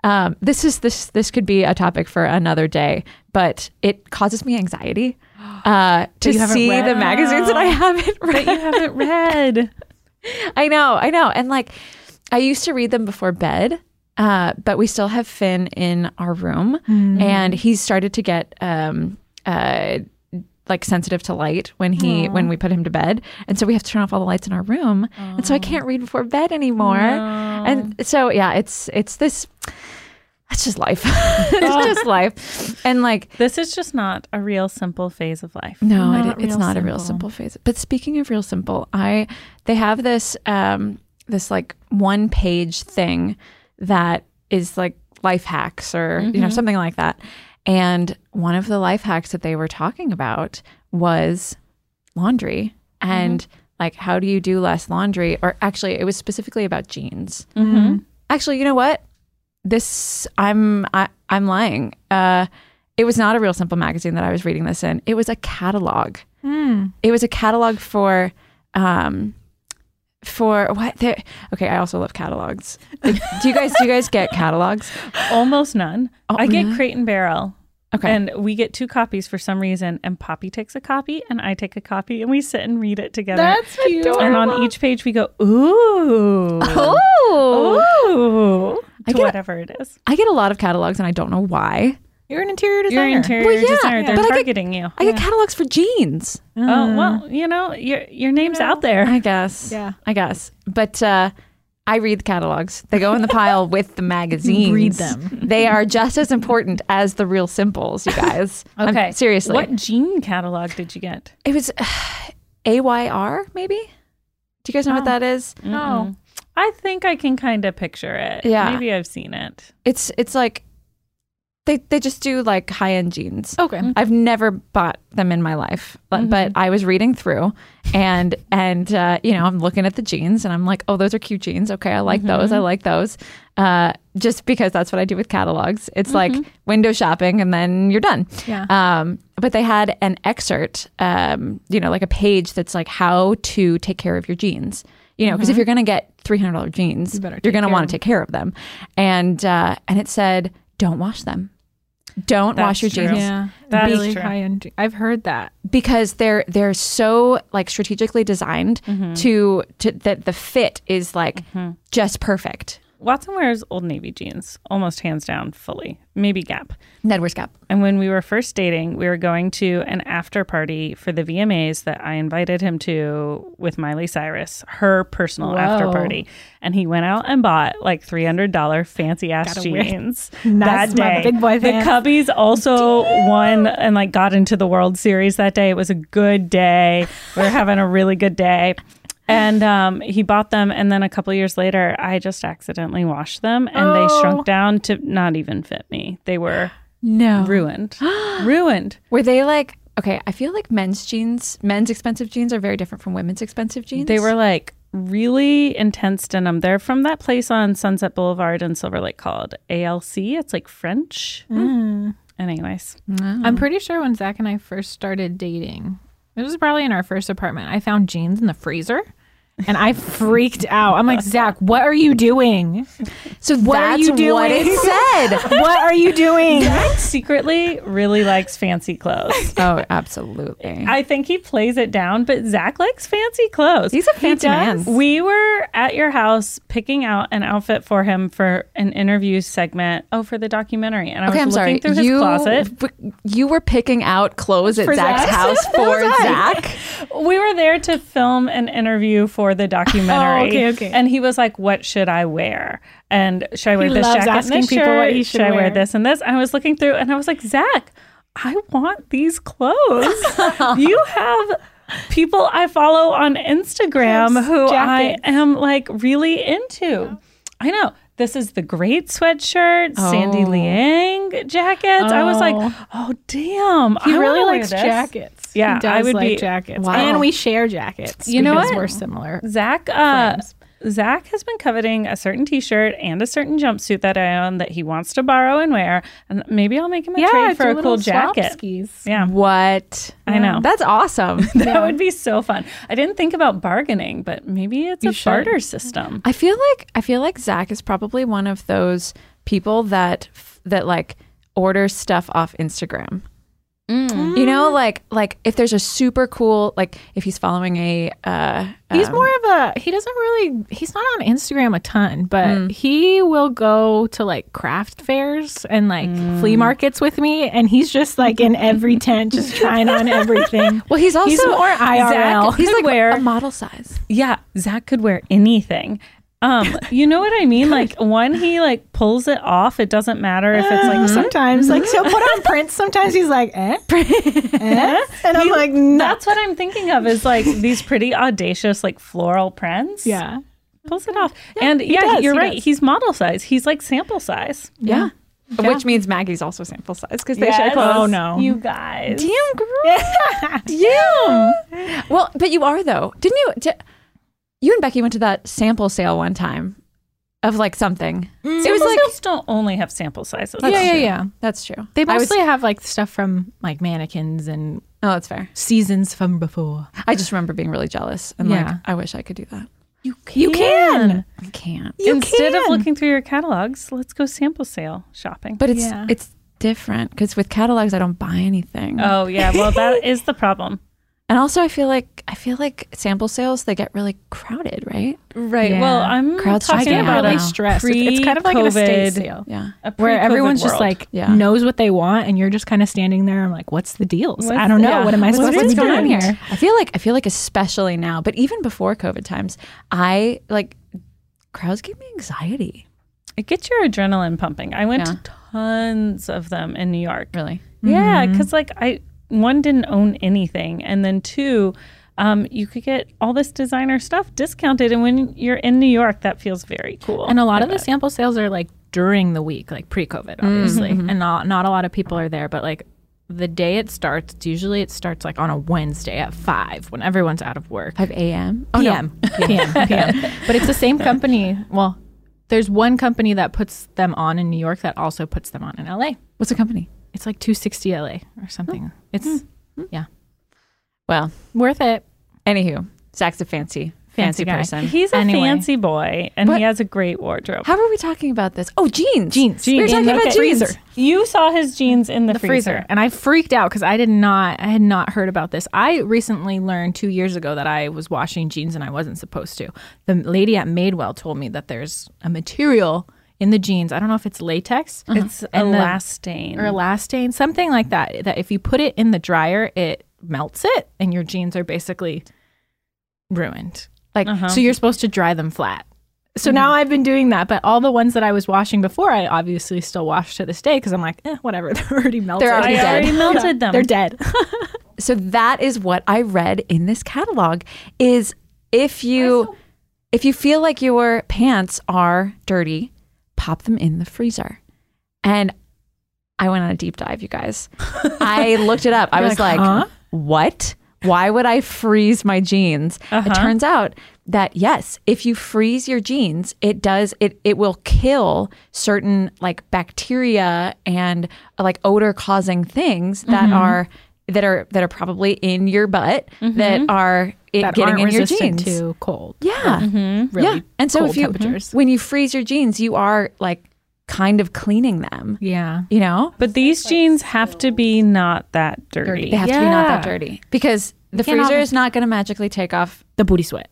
Speaker 2: um, this is this this could be a topic for another day, but it causes me anxiety *gasps* uh, to
Speaker 3: you haven't
Speaker 2: see
Speaker 3: read?
Speaker 2: the magazines that I haven't
Speaker 4: That you
Speaker 2: read.
Speaker 4: haven't read.
Speaker 2: *laughs* I know, I know, and like I used to read them before bed. Uh, but we still have Finn in our room, and he's started to get um, uh, like sensitive to light when he when we put him to bed and so we have to turn off all the lights in our room and so i can't read before bed anymore and so yeah it's it's this that's just life *laughs* it's just life and like
Speaker 4: This is just not a real simple phase of life.
Speaker 2: no
Speaker 3: Not
Speaker 2: it, it's
Speaker 3: real
Speaker 2: not a real
Speaker 3: simple.
Speaker 2: simple phase but speaking of real simple i they have this um this like one page thing that is like life hacks or you know something like that and one of the life hacks that they were talking about was laundry and like how do you do less laundry or actually it was specifically about jeans actually you know what this i'm I, i'm lying uh it was not a real simple magazine that i was reading this in it was a catalog it was a catalog for um for what the, okay i also love catalogs do you guys do you guys get catalogs
Speaker 4: Almost none.
Speaker 2: Oh,
Speaker 4: I get
Speaker 2: really?
Speaker 4: Crate and Barrel.
Speaker 2: okay
Speaker 4: And we get two copies for some reason, and Poppy takes a copy, and I take a copy, and we sit and read it together.
Speaker 3: That's cute.
Speaker 4: and on each page, we go, ooh,
Speaker 2: oh
Speaker 4: *laughs* ooh,
Speaker 2: I
Speaker 4: to
Speaker 2: get-
Speaker 4: whatever it is.
Speaker 2: i get a lot of catalogs and i don't know why
Speaker 3: You're an interior
Speaker 4: Your
Speaker 3: designer.
Speaker 4: interior
Speaker 2: Well, yeah,
Speaker 4: designer, they're
Speaker 2: but I get-
Speaker 4: targeting you.
Speaker 2: i get catalogs for jeans
Speaker 4: Oh well, you know your your name's out there.
Speaker 2: i guess
Speaker 3: Yeah.
Speaker 2: i guess but uh I read the catalogs. They go in the
Speaker 3: *laughs*
Speaker 2: pile with the magazines.
Speaker 3: read them.
Speaker 2: They are just as important as the real simples, you guys. I'm- seriously.
Speaker 4: What gene catalog did you get?
Speaker 2: It was *sighs* AYR, maybe? Do you guys know what that is?
Speaker 4: No, I think I can kind of picture it.
Speaker 2: Yeah.
Speaker 4: maybe I've seen it.
Speaker 2: It's it's like they they just do like high end jeans.
Speaker 3: Okay.
Speaker 2: I've never bought them in my life, but, but I was reading through, and and uh, you know I'm looking at the jeans and I'm like, oh, those are cute jeans. Okay, I like those. I like those. Uh, just because that's what I do with catalogs. It's like window shopping, and then you're done.
Speaker 3: Yeah.
Speaker 2: Um, but they had an excerpt, um, you know, like a page that's like how to take care of your jeans. You know, because if you're gonna get three hundred dollar jeans,
Speaker 3: better
Speaker 2: you're
Speaker 3: take
Speaker 2: gonna
Speaker 3: care
Speaker 2: want
Speaker 3: of
Speaker 2: to take care of them, and uh, and it said don't wash them. Don't wash
Speaker 4: That's
Speaker 2: your
Speaker 4: true.
Speaker 2: jeans
Speaker 3: Yeah.
Speaker 4: That is
Speaker 3: really
Speaker 4: true.
Speaker 3: high end. I've heard that.
Speaker 2: because they're they're so like strategically designed to to that the fit is like just perfect.
Speaker 4: Watson wears Old Navy jeans, almost hands down, fully. Maybe Gap.
Speaker 2: Nedward's Gap.
Speaker 4: And when we were first dating, we were going to an after party for the VMAs that I invited him to with Miley Cyrus, her personal
Speaker 3: Whoa.
Speaker 4: after party. And he went out and bought like $300 fancy ass
Speaker 3: Gotta wear
Speaker 4: jeans
Speaker 3: nice
Speaker 4: that day.
Speaker 3: big boy
Speaker 4: the
Speaker 3: pants.
Speaker 4: Cubbies also won and like got into the World Series that day. It was a good day. We were having a really good day. And um, he bought them, and then a couple years later, I just accidentally washed them, and they
Speaker 3: Oh.
Speaker 4: shrunk down to not even fit me. They were
Speaker 2: No.
Speaker 3: *gasps*
Speaker 4: ruined ruined
Speaker 2: Were they like okay, I feel like men's jeans, men's expensive jeans are very different from women's expensive jeans.
Speaker 4: they were like really intense denim they're from that place on sunset boulevard in silver lake called alc it's like french
Speaker 3: Mm.
Speaker 4: anyways
Speaker 3: I'm pretty sure when Zach and I first started dating, it was probably in our first apartment. I found jeans in the freezer. And I freaked out. I'm like, Zach, what are you doing?
Speaker 2: So
Speaker 3: What are
Speaker 2: that's
Speaker 3: you
Speaker 2: what
Speaker 3: doing? *laughs*
Speaker 2: it said.
Speaker 3: What are you doing?
Speaker 4: *laughs* Zach secretly really likes fancy
Speaker 2: *laughs*
Speaker 4: clothes
Speaker 2: oh, absolutely.
Speaker 4: I think he plays it down, but Zach likes fancy clothes.
Speaker 2: He's a
Speaker 4: He
Speaker 2: fancy
Speaker 4: does.
Speaker 2: man.
Speaker 4: We were at your house picking out an outfit for him for an interview segment. Oh, for the documentary. And I
Speaker 2: Okay, I'm
Speaker 4: was
Speaker 2: sorry.
Speaker 4: looking through his
Speaker 2: you,
Speaker 4: closet.
Speaker 2: w- you were picking out clothes at
Speaker 3: For
Speaker 2: Zach's *laughs*
Speaker 3: Zach?
Speaker 2: house for Zach.
Speaker 4: We were there to film an interview for the documentary.
Speaker 3: Oh, okay, okay.
Speaker 4: And he was like, "What should I wear? And should I wear this
Speaker 3: loves
Speaker 4: jacket and
Speaker 3: asking
Speaker 4: this
Speaker 3: people
Speaker 4: shirt?
Speaker 3: what you should
Speaker 4: I wear
Speaker 3: wear.
Speaker 4: this and this?" I was looking through, and I was like, "Zach, I want these clothes.
Speaker 3: *laughs*
Speaker 4: you have." People I follow on Instagram
Speaker 3: Yes,
Speaker 4: who I
Speaker 3: jackets.
Speaker 4: am like really into. I know. this is the great sweatshirt, Sandy
Speaker 3: Oh.
Speaker 4: Liang jackets. I was like, oh damn,
Speaker 3: He
Speaker 4: I
Speaker 3: really
Speaker 4: wanna wear
Speaker 3: likes
Speaker 4: this.
Speaker 3: jackets.
Speaker 4: Yeah,
Speaker 3: he does
Speaker 4: I would
Speaker 3: like
Speaker 4: be-
Speaker 3: jackets,
Speaker 2: Wow.
Speaker 3: and we share jackets.
Speaker 4: You know
Speaker 3: because
Speaker 4: what?
Speaker 3: We're similar.
Speaker 4: Zach, uh,
Speaker 3: friends.
Speaker 4: Zach has been coveting a certain T-shirt and a certain jumpsuit that I own that he wants to borrow and wear, and maybe I'll make him a trade for
Speaker 3: do
Speaker 4: a cool
Speaker 3: little
Speaker 4: jacket.
Speaker 3: swapskis.
Speaker 4: Yeah, *laughs*
Speaker 2: What?
Speaker 4: I know.
Speaker 2: That's awesome. *laughs*
Speaker 4: that would be so fun. I didn't think about bargaining, but maybe it's
Speaker 3: You
Speaker 4: a
Speaker 3: should.
Speaker 4: barter system.
Speaker 2: I feel like I feel like Zach is probably one of those people that f- that like orders stuff off Instagram. You know, like like if there's a super cool like if he's following a uh,
Speaker 3: He's
Speaker 2: um,
Speaker 3: more of a he doesn't really he's not on Instagram a ton, but he will go to like craft fairs and like flea markets with me and he's just like in every tent just *laughs* trying on everything.
Speaker 2: well he's also
Speaker 3: he's more IRL.
Speaker 2: he's *laughs*
Speaker 4: could
Speaker 2: like
Speaker 4: wear-
Speaker 2: a model size.
Speaker 4: Yeah, Zach could wear anything. *laughs* Um, you know what I mean? *laughs* Like when he like pulls it off, it doesn't matter if it's like
Speaker 3: Like
Speaker 4: some
Speaker 3: sometimes like he'll put on prints sometimes he's like *laughs* eh, eh? and I'm like no.
Speaker 4: That's what I'm thinking of is like these pretty audacious like floral prints.
Speaker 3: Yeah.
Speaker 4: Pulls it off. and yeah,
Speaker 3: does,
Speaker 4: you're
Speaker 3: he
Speaker 4: right.
Speaker 3: does.
Speaker 4: He's model size. He's like sample size.
Speaker 2: Yeah. Which means Maggie's also sample size because they share
Speaker 4: Yes.
Speaker 2: clothes.
Speaker 3: Oh, no.
Speaker 4: You guys.
Speaker 2: Damn, girl. Damn. Well, but you are though, didn't you? Di- you and Becky went to that sample sale one time of like something. It was
Speaker 4: Sample
Speaker 2: like
Speaker 4: sales don't only have sample sizes.
Speaker 3: yeah, yeah,
Speaker 2: true.
Speaker 3: yeah.
Speaker 2: that's true.
Speaker 3: They
Speaker 2: I was-
Speaker 3: mostly have like stuff from like mannequins and
Speaker 2: oh, that's fair.
Speaker 3: seasons from before.
Speaker 2: I just remember being really jealous and
Speaker 3: Yeah.
Speaker 2: like, I wish I could do that.
Speaker 4: You can.
Speaker 3: You can.
Speaker 2: I can't.
Speaker 4: Instead of
Speaker 3: can.
Speaker 4: looking through your catalogs, let's go sample sale shopping.
Speaker 2: But it's
Speaker 3: Yeah.
Speaker 2: it's different because with catalogs, I don't buy anything.
Speaker 4: oh yeah, well *laughs* that is the problem.
Speaker 2: And also, I feel like I feel like sample sales they get really crowded, right?
Speaker 4: Right.
Speaker 3: Yeah.
Speaker 4: Well, I'm
Speaker 2: Crowd's just
Speaker 4: talking
Speaker 2: getting
Speaker 4: about
Speaker 2: really
Speaker 4: a
Speaker 3: stressed. It's- it's kind of like an estate
Speaker 4: pre-COVID,
Speaker 3: sale.
Speaker 2: Yeah.
Speaker 4: a
Speaker 3: where
Speaker 4: pre-COVID
Speaker 3: everyone's just
Speaker 4: world.
Speaker 3: like
Speaker 2: Yeah.
Speaker 3: knows what they want and you're just kind of standing there i'm like what's the deals i
Speaker 4: What's-
Speaker 3: don't know
Speaker 4: yeah.
Speaker 3: what am i
Speaker 4: What's-
Speaker 3: supposed
Speaker 4: what's
Speaker 3: to be
Speaker 4: going
Speaker 3: doing
Speaker 4: on?
Speaker 3: here
Speaker 2: I feel like I feel like especially now, but even before COVID times, I like crowds give me anxiety.
Speaker 4: it gets your adrenaline pumping. I went
Speaker 2: Yeah.
Speaker 4: to tons of them in New York.
Speaker 2: Really?
Speaker 4: Yeah,
Speaker 3: Mm-hmm.
Speaker 4: because like I one didn't own anything, and then two, um, you could get all this designer stuff discounted, and when you're in New York, that feels very cool.
Speaker 3: and a lot of the sample sales are like during the week like pre-covid obviously
Speaker 4: Mm-hmm.
Speaker 3: and not, not a lot of people are there but like the day it starts it's usually it starts like on a wednesday at 5 when everyone's out of work
Speaker 2: Five a.m. Oh no.
Speaker 3: PM,
Speaker 4: *laughs*
Speaker 3: PM, PM. But it's the same company. Well, there's one company that puts them on in New York that also puts them on in LA.
Speaker 2: What's the company?
Speaker 3: It's like 260 LA or something.
Speaker 4: Oh.
Speaker 3: It's
Speaker 4: Hmm.
Speaker 3: yeah,
Speaker 2: Well,
Speaker 3: worth it.
Speaker 2: anywho, Zach's a fancy, fancy,
Speaker 3: Fancy guy. *laughs*
Speaker 2: person.
Speaker 4: he's a
Speaker 3: Anyway.
Speaker 4: fancy boy, and
Speaker 2: What?
Speaker 4: he has a great wardrobe.
Speaker 2: How are we talking about this? Oh, jeans.
Speaker 3: Jeans.
Speaker 2: We were
Speaker 3: Jeans.
Speaker 2: talking
Speaker 3: In
Speaker 2: about
Speaker 3: the
Speaker 2: jeans.
Speaker 3: freezer.
Speaker 4: you saw his jeans in the,
Speaker 3: the freezer. and i freaked out because i did not i had not heard about this i recently learned two years ago that i was washing jeans and i wasn't supposed to the lady at madewell told me that there's a material in the jeans i don't know if it's latex
Speaker 4: It's
Speaker 3: Uh-huh. And the-
Speaker 4: elastane.
Speaker 3: or elastane something like that that if you put it in the dryer it melts it and your jeans are basically ruined
Speaker 2: Like
Speaker 3: so you're supposed to dry them flat so now I've been doing that, but all the ones that I was washing before, I obviously still wash to this day because I'm like, eh, whatever, *laughs* they're already melted.
Speaker 2: already
Speaker 4: I
Speaker 2: dead.
Speaker 4: already melted them.
Speaker 3: They're dead.
Speaker 2: so that is what I read in this catalog is if you if you feel like your pants are dirty, pop them in the freezer. And I went on a deep dive, you
Speaker 3: *laughs*
Speaker 2: guys. I looked it up. I
Speaker 3: You're
Speaker 2: was
Speaker 3: like,
Speaker 2: like,
Speaker 3: "Huh?"
Speaker 2: what? Why would I freeze my jeans?
Speaker 3: Uh-huh.
Speaker 2: It turns out that yes, if you freeze your jeans, it does it it will kill certain like bacteria and uh, like odor causing things that
Speaker 3: Mm-hmm.
Speaker 2: are that are that are probably in your butt that are it
Speaker 3: Mm-hmm. that
Speaker 2: getting
Speaker 3: aren't
Speaker 2: in your
Speaker 3: resistant
Speaker 2: jeans.
Speaker 3: to Mm-hmm. cold.
Speaker 2: yeah.
Speaker 3: Really
Speaker 2: yeah. And so
Speaker 3: cold
Speaker 2: if you Mhm.
Speaker 3: temperatures.
Speaker 2: when you freeze your jeans, you are like kind of cleaning them,
Speaker 3: Yeah.
Speaker 2: you know?
Speaker 4: but these jeans have to be not that dirty.
Speaker 2: They have to be not that
Speaker 3: Yeah.
Speaker 2: dirty because the
Speaker 3: can't
Speaker 2: freezer
Speaker 3: all-
Speaker 2: is not going to magically take off
Speaker 3: The booty sweat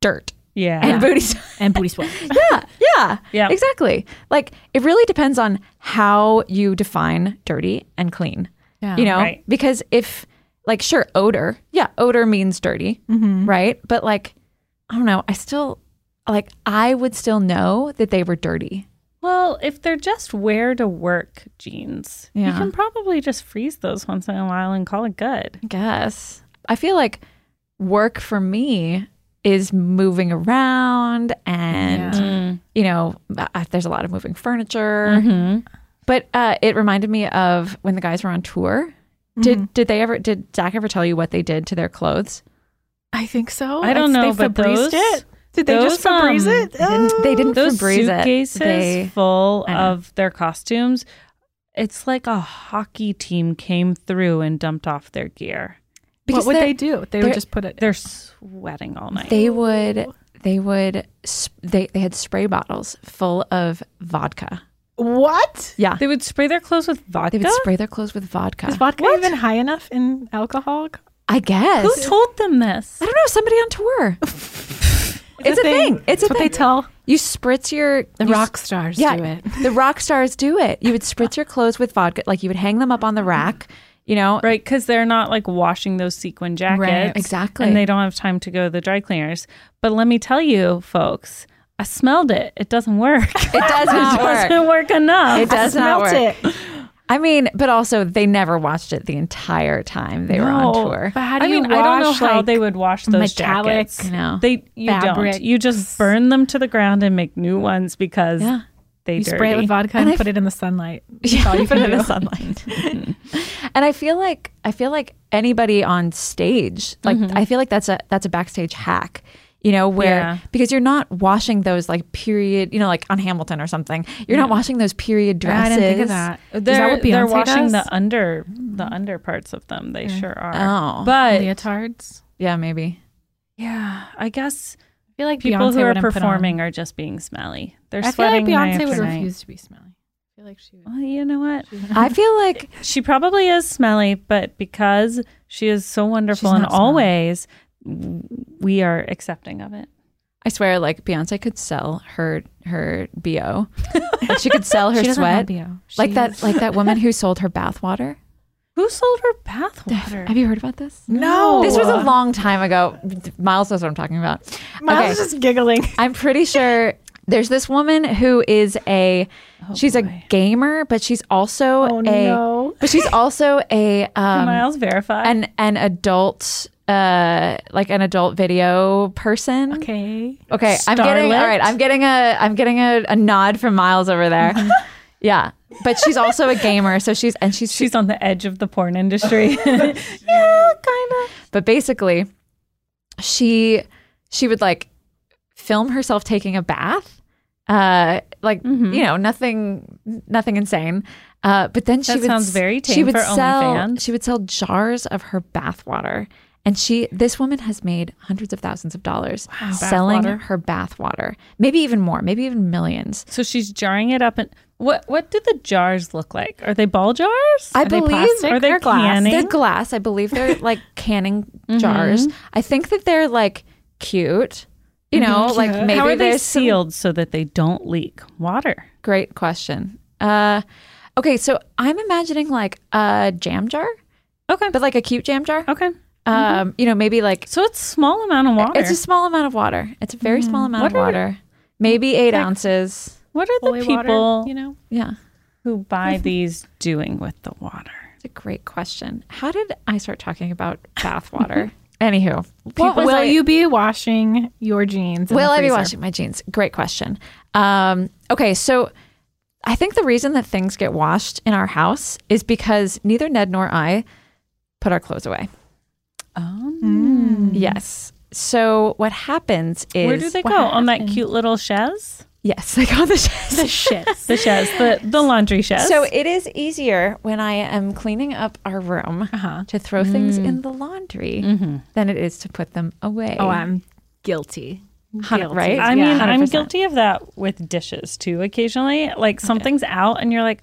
Speaker 2: dirt
Speaker 4: Yeah.
Speaker 2: and booty sweat.
Speaker 3: and booty *laughs* sweat.
Speaker 2: yeah, *laughs* yeah,
Speaker 4: Yeah.
Speaker 2: exactly. Like it really depends on how you define dirty and clean.
Speaker 3: Yeah.
Speaker 2: you know,
Speaker 4: Right.
Speaker 2: because if like sure odor, yeah, odor means dirty,
Speaker 3: Mm-hmm.
Speaker 2: right? But like I don't know, I still like I would still know that they were dirty.
Speaker 4: Well, if they're just wear to work jeans, you
Speaker 2: Yeah.
Speaker 4: can probably just freeze those once in a while and call it good.
Speaker 2: I guess I feel like work for me is moving around and
Speaker 4: Mm-hmm.
Speaker 3: Yeah.
Speaker 2: you know uh, there's a lot of moving furniture
Speaker 4: Mhm.
Speaker 3: Mm-hmm.
Speaker 2: but uh, it reminded me of when the guys were on tour did did they ever did zach ever tell you what they did to their clothes
Speaker 3: I think so.
Speaker 4: I don't
Speaker 3: They
Speaker 4: know, but
Speaker 3: Febrezed
Speaker 4: those-
Speaker 3: it? Did they just
Speaker 4: those,
Speaker 3: Febreze
Speaker 4: um,
Speaker 3: it?
Speaker 2: they didn't, they didn't
Speaker 4: Those
Speaker 2: Febreze it.
Speaker 4: suitcases
Speaker 2: They-
Speaker 4: full
Speaker 2: I know.
Speaker 4: of their costumes. It's like a hockey team came through and dumped off their gear.
Speaker 2: because
Speaker 3: what would
Speaker 2: they're-
Speaker 3: they do? They would
Speaker 2: they're-
Speaker 3: just put it.
Speaker 4: They're sweating all night.
Speaker 2: they would they would sp- they they had spray bottles full of vodka
Speaker 3: What?
Speaker 2: yeah
Speaker 4: They would spray their clothes with vodka.
Speaker 2: they would spray their clothes with vodka
Speaker 3: Is vodka even high enough in alcohol?
Speaker 2: i guess
Speaker 4: Who told them this?
Speaker 2: i don't know somebody on tour it's a thing, it's a
Speaker 3: what
Speaker 2: thing
Speaker 3: they tell
Speaker 2: you spritz your
Speaker 3: the
Speaker 2: you
Speaker 3: rock stars
Speaker 2: yeah,
Speaker 3: do it. *laughs*
Speaker 2: The rock stars do it. You would spritz your clothes with vodka, like you would hang them up on the rack, you know?
Speaker 4: Right, because they're not like washing those sequin jackets.
Speaker 2: exactly.
Speaker 4: And they don't have time to go to the dry cleaners. But let me tell you, folks, I smelled it. It doesn't work. *laughs* It
Speaker 2: It does not work.
Speaker 4: doesn't work enough.
Speaker 2: It does not work.
Speaker 3: Smelt it.
Speaker 2: I mean, but also they never watched it the entire time they were on
Speaker 4: No.
Speaker 2: tour.
Speaker 3: But how do
Speaker 4: I
Speaker 3: you
Speaker 4: mean, I don't know
Speaker 3: wash,
Speaker 4: how
Speaker 3: like,
Speaker 4: they would wash those
Speaker 3: metallic
Speaker 4: jackets.
Speaker 2: No.
Speaker 4: They you
Speaker 3: fabric.
Speaker 4: don't. You just burn them to the ground and make new ones because
Speaker 2: Yeah.
Speaker 4: they
Speaker 3: You
Speaker 4: dirty.
Speaker 3: spray it with vodka and,
Speaker 2: And I
Speaker 3: put it in the *laughs* sunlight. That's all you
Speaker 2: Put
Speaker 3: can
Speaker 2: it in
Speaker 3: do.
Speaker 2: the
Speaker 3: *laughs*
Speaker 2: sunlight. and I feel like I feel like anybody on stage, like
Speaker 3: Mm-hmm.
Speaker 2: I feel like that's a that's a backstage hack. You know, where
Speaker 4: Yeah.
Speaker 2: because you're not washing those like period, you know, like on Hamilton or something. You're not washing those period
Speaker 3: I
Speaker 2: dresses.
Speaker 3: didn't think of that. Is
Speaker 4: They're,
Speaker 3: that what
Speaker 4: they're
Speaker 3: Beyonce
Speaker 4: washing
Speaker 3: does? Mm.
Speaker 4: the under the under parts of them. They sure are.
Speaker 2: Oh.
Speaker 4: But
Speaker 3: leotards?
Speaker 2: yeah, maybe.
Speaker 3: *laughs*
Speaker 4: yeah, I guess
Speaker 3: I feel like
Speaker 4: people
Speaker 3: Beyonce
Speaker 4: who are
Speaker 3: wouldn't put on-
Speaker 4: performing are just being smelly. They're
Speaker 3: I feel like
Speaker 4: sweating night
Speaker 3: Beyonce would
Speaker 4: after night.
Speaker 3: refuse to be smelly. I feel like she would.
Speaker 4: Well, you know what?
Speaker 2: I feel like
Speaker 4: She probably is smelly, but because she is so wonderful
Speaker 3: She's
Speaker 4: in
Speaker 3: not
Speaker 4: all
Speaker 3: smelly.
Speaker 4: ways, w- we are accepting of it.
Speaker 2: I swear, like Beyonce could sell her her bo. like she could sell her
Speaker 3: *laughs* she doesn't have
Speaker 2: sweat,
Speaker 3: BO.
Speaker 2: like that,
Speaker 3: She's-
Speaker 2: like that
Speaker 3: *laughs*
Speaker 2: woman who sold her bathwater.
Speaker 4: Who sold her bathwater?
Speaker 2: Have you heard about this?
Speaker 3: No.
Speaker 2: This was a long time ago. Miles knows what I'm talking about.
Speaker 3: Miles
Speaker 2: Okay.
Speaker 3: is just giggling.
Speaker 2: I'm pretty sure there's this woman who is a she's a gamer, but she's also
Speaker 3: Oh,
Speaker 2: a
Speaker 3: no.
Speaker 2: but she's also
Speaker 3: *laughs*
Speaker 2: a um,
Speaker 4: Miles verified.
Speaker 2: an an adult uh like an adult video person.
Speaker 3: Okay.
Speaker 2: Okay, I'm getting all
Speaker 4: Starlet?
Speaker 2: right. I'm getting a I'm getting a, a nod from Miles over
Speaker 3: *laughs*
Speaker 2: there. yeah, but she's also a gamer, so she's and she's
Speaker 4: She's on the edge of the
Speaker 3: *laughs*
Speaker 4: porn industry. *laughs*
Speaker 2: kind of. But basically, she she would like film herself taking a bath, uh, like
Speaker 4: Mm-hmm.
Speaker 2: you know nothing nothing insane. Uh, but then she
Speaker 4: That
Speaker 2: would
Speaker 4: sounds
Speaker 2: s-
Speaker 4: very
Speaker 2: she
Speaker 4: tame
Speaker 2: would
Speaker 4: for
Speaker 2: sell
Speaker 4: OnlyFans.
Speaker 2: she would sell jars of her bath water. And she, this woman has made hundreds of thousands of dollars selling
Speaker 3: Bathwater.
Speaker 2: her bath water, maybe even more, maybe even millions.
Speaker 4: so she's jarring it up. And what what do the jars look like? Are they ball jars?
Speaker 2: I
Speaker 3: they plastic?
Speaker 2: believe
Speaker 4: Are they
Speaker 3: They're glass. Mm-hmm.
Speaker 4: canning?
Speaker 2: they're glass. I believe
Speaker 3: *laughs*
Speaker 2: they're like canning jars. I think that they're like cute. You know, like maybe
Speaker 4: Mm-hmm. How are they
Speaker 2: there's some-
Speaker 4: sealed so that they don't leak water?
Speaker 2: Great question. Uh, okay, so I'm imagining like a jam jar,
Speaker 4: Okay.
Speaker 2: but like a cute jam jar.
Speaker 4: Okay. Mm-hmm.
Speaker 2: Um, you know, maybe like
Speaker 4: So it's small amount of water.
Speaker 2: it's a small amount of water. It's a very small amount of
Speaker 4: Mm-hmm. What are-
Speaker 2: water, maybe eight ounces.
Speaker 4: what are the
Speaker 3: Holy water,
Speaker 4: people
Speaker 3: you know?
Speaker 2: Yeah,
Speaker 4: who buy
Speaker 2: Mm-hmm.
Speaker 4: these doing with the water?
Speaker 2: it's a great question. How did I start talking about bath
Speaker 4: *laughs*
Speaker 2: water? Anywho,
Speaker 3: People,
Speaker 2: what was
Speaker 3: will
Speaker 2: I-
Speaker 3: you be washing your jeans? in
Speaker 2: Will
Speaker 3: the
Speaker 2: I be
Speaker 3: freezer?
Speaker 2: washing my jeans? Great question. Um, okay, so I think the reason that things get washed in our house is because neither Ned nor I put our clothes away.
Speaker 4: Oh.
Speaker 2: Yes. So what happens is
Speaker 4: Where do they go?
Speaker 3: what
Speaker 4: On that
Speaker 3: happened.
Speaker 4: cute little chaise?
Speaker 2: yes, *laughs* they go the
Speaker 3: The shits.
Speaker 4: The chaise, the, the laundry chaise.
Speaker 2: So it is easier when I am cleaning up our room
Speaker 3: Uh-huh.
Speaker 2: to throw things in the laundry than it is to put them away.
Speaker 3: Oh, I'm guilty.
Speaker 2: Hun-
Speaker 3: guilty.
Speaker 2: right?
Speaker 4: I
Speaker 2: Yeah,
Speaker 4: mean, i am
Speaker 2: 100%.
Speaker 4: guilty of that with dishes too occasionally. Like something's out and you're like,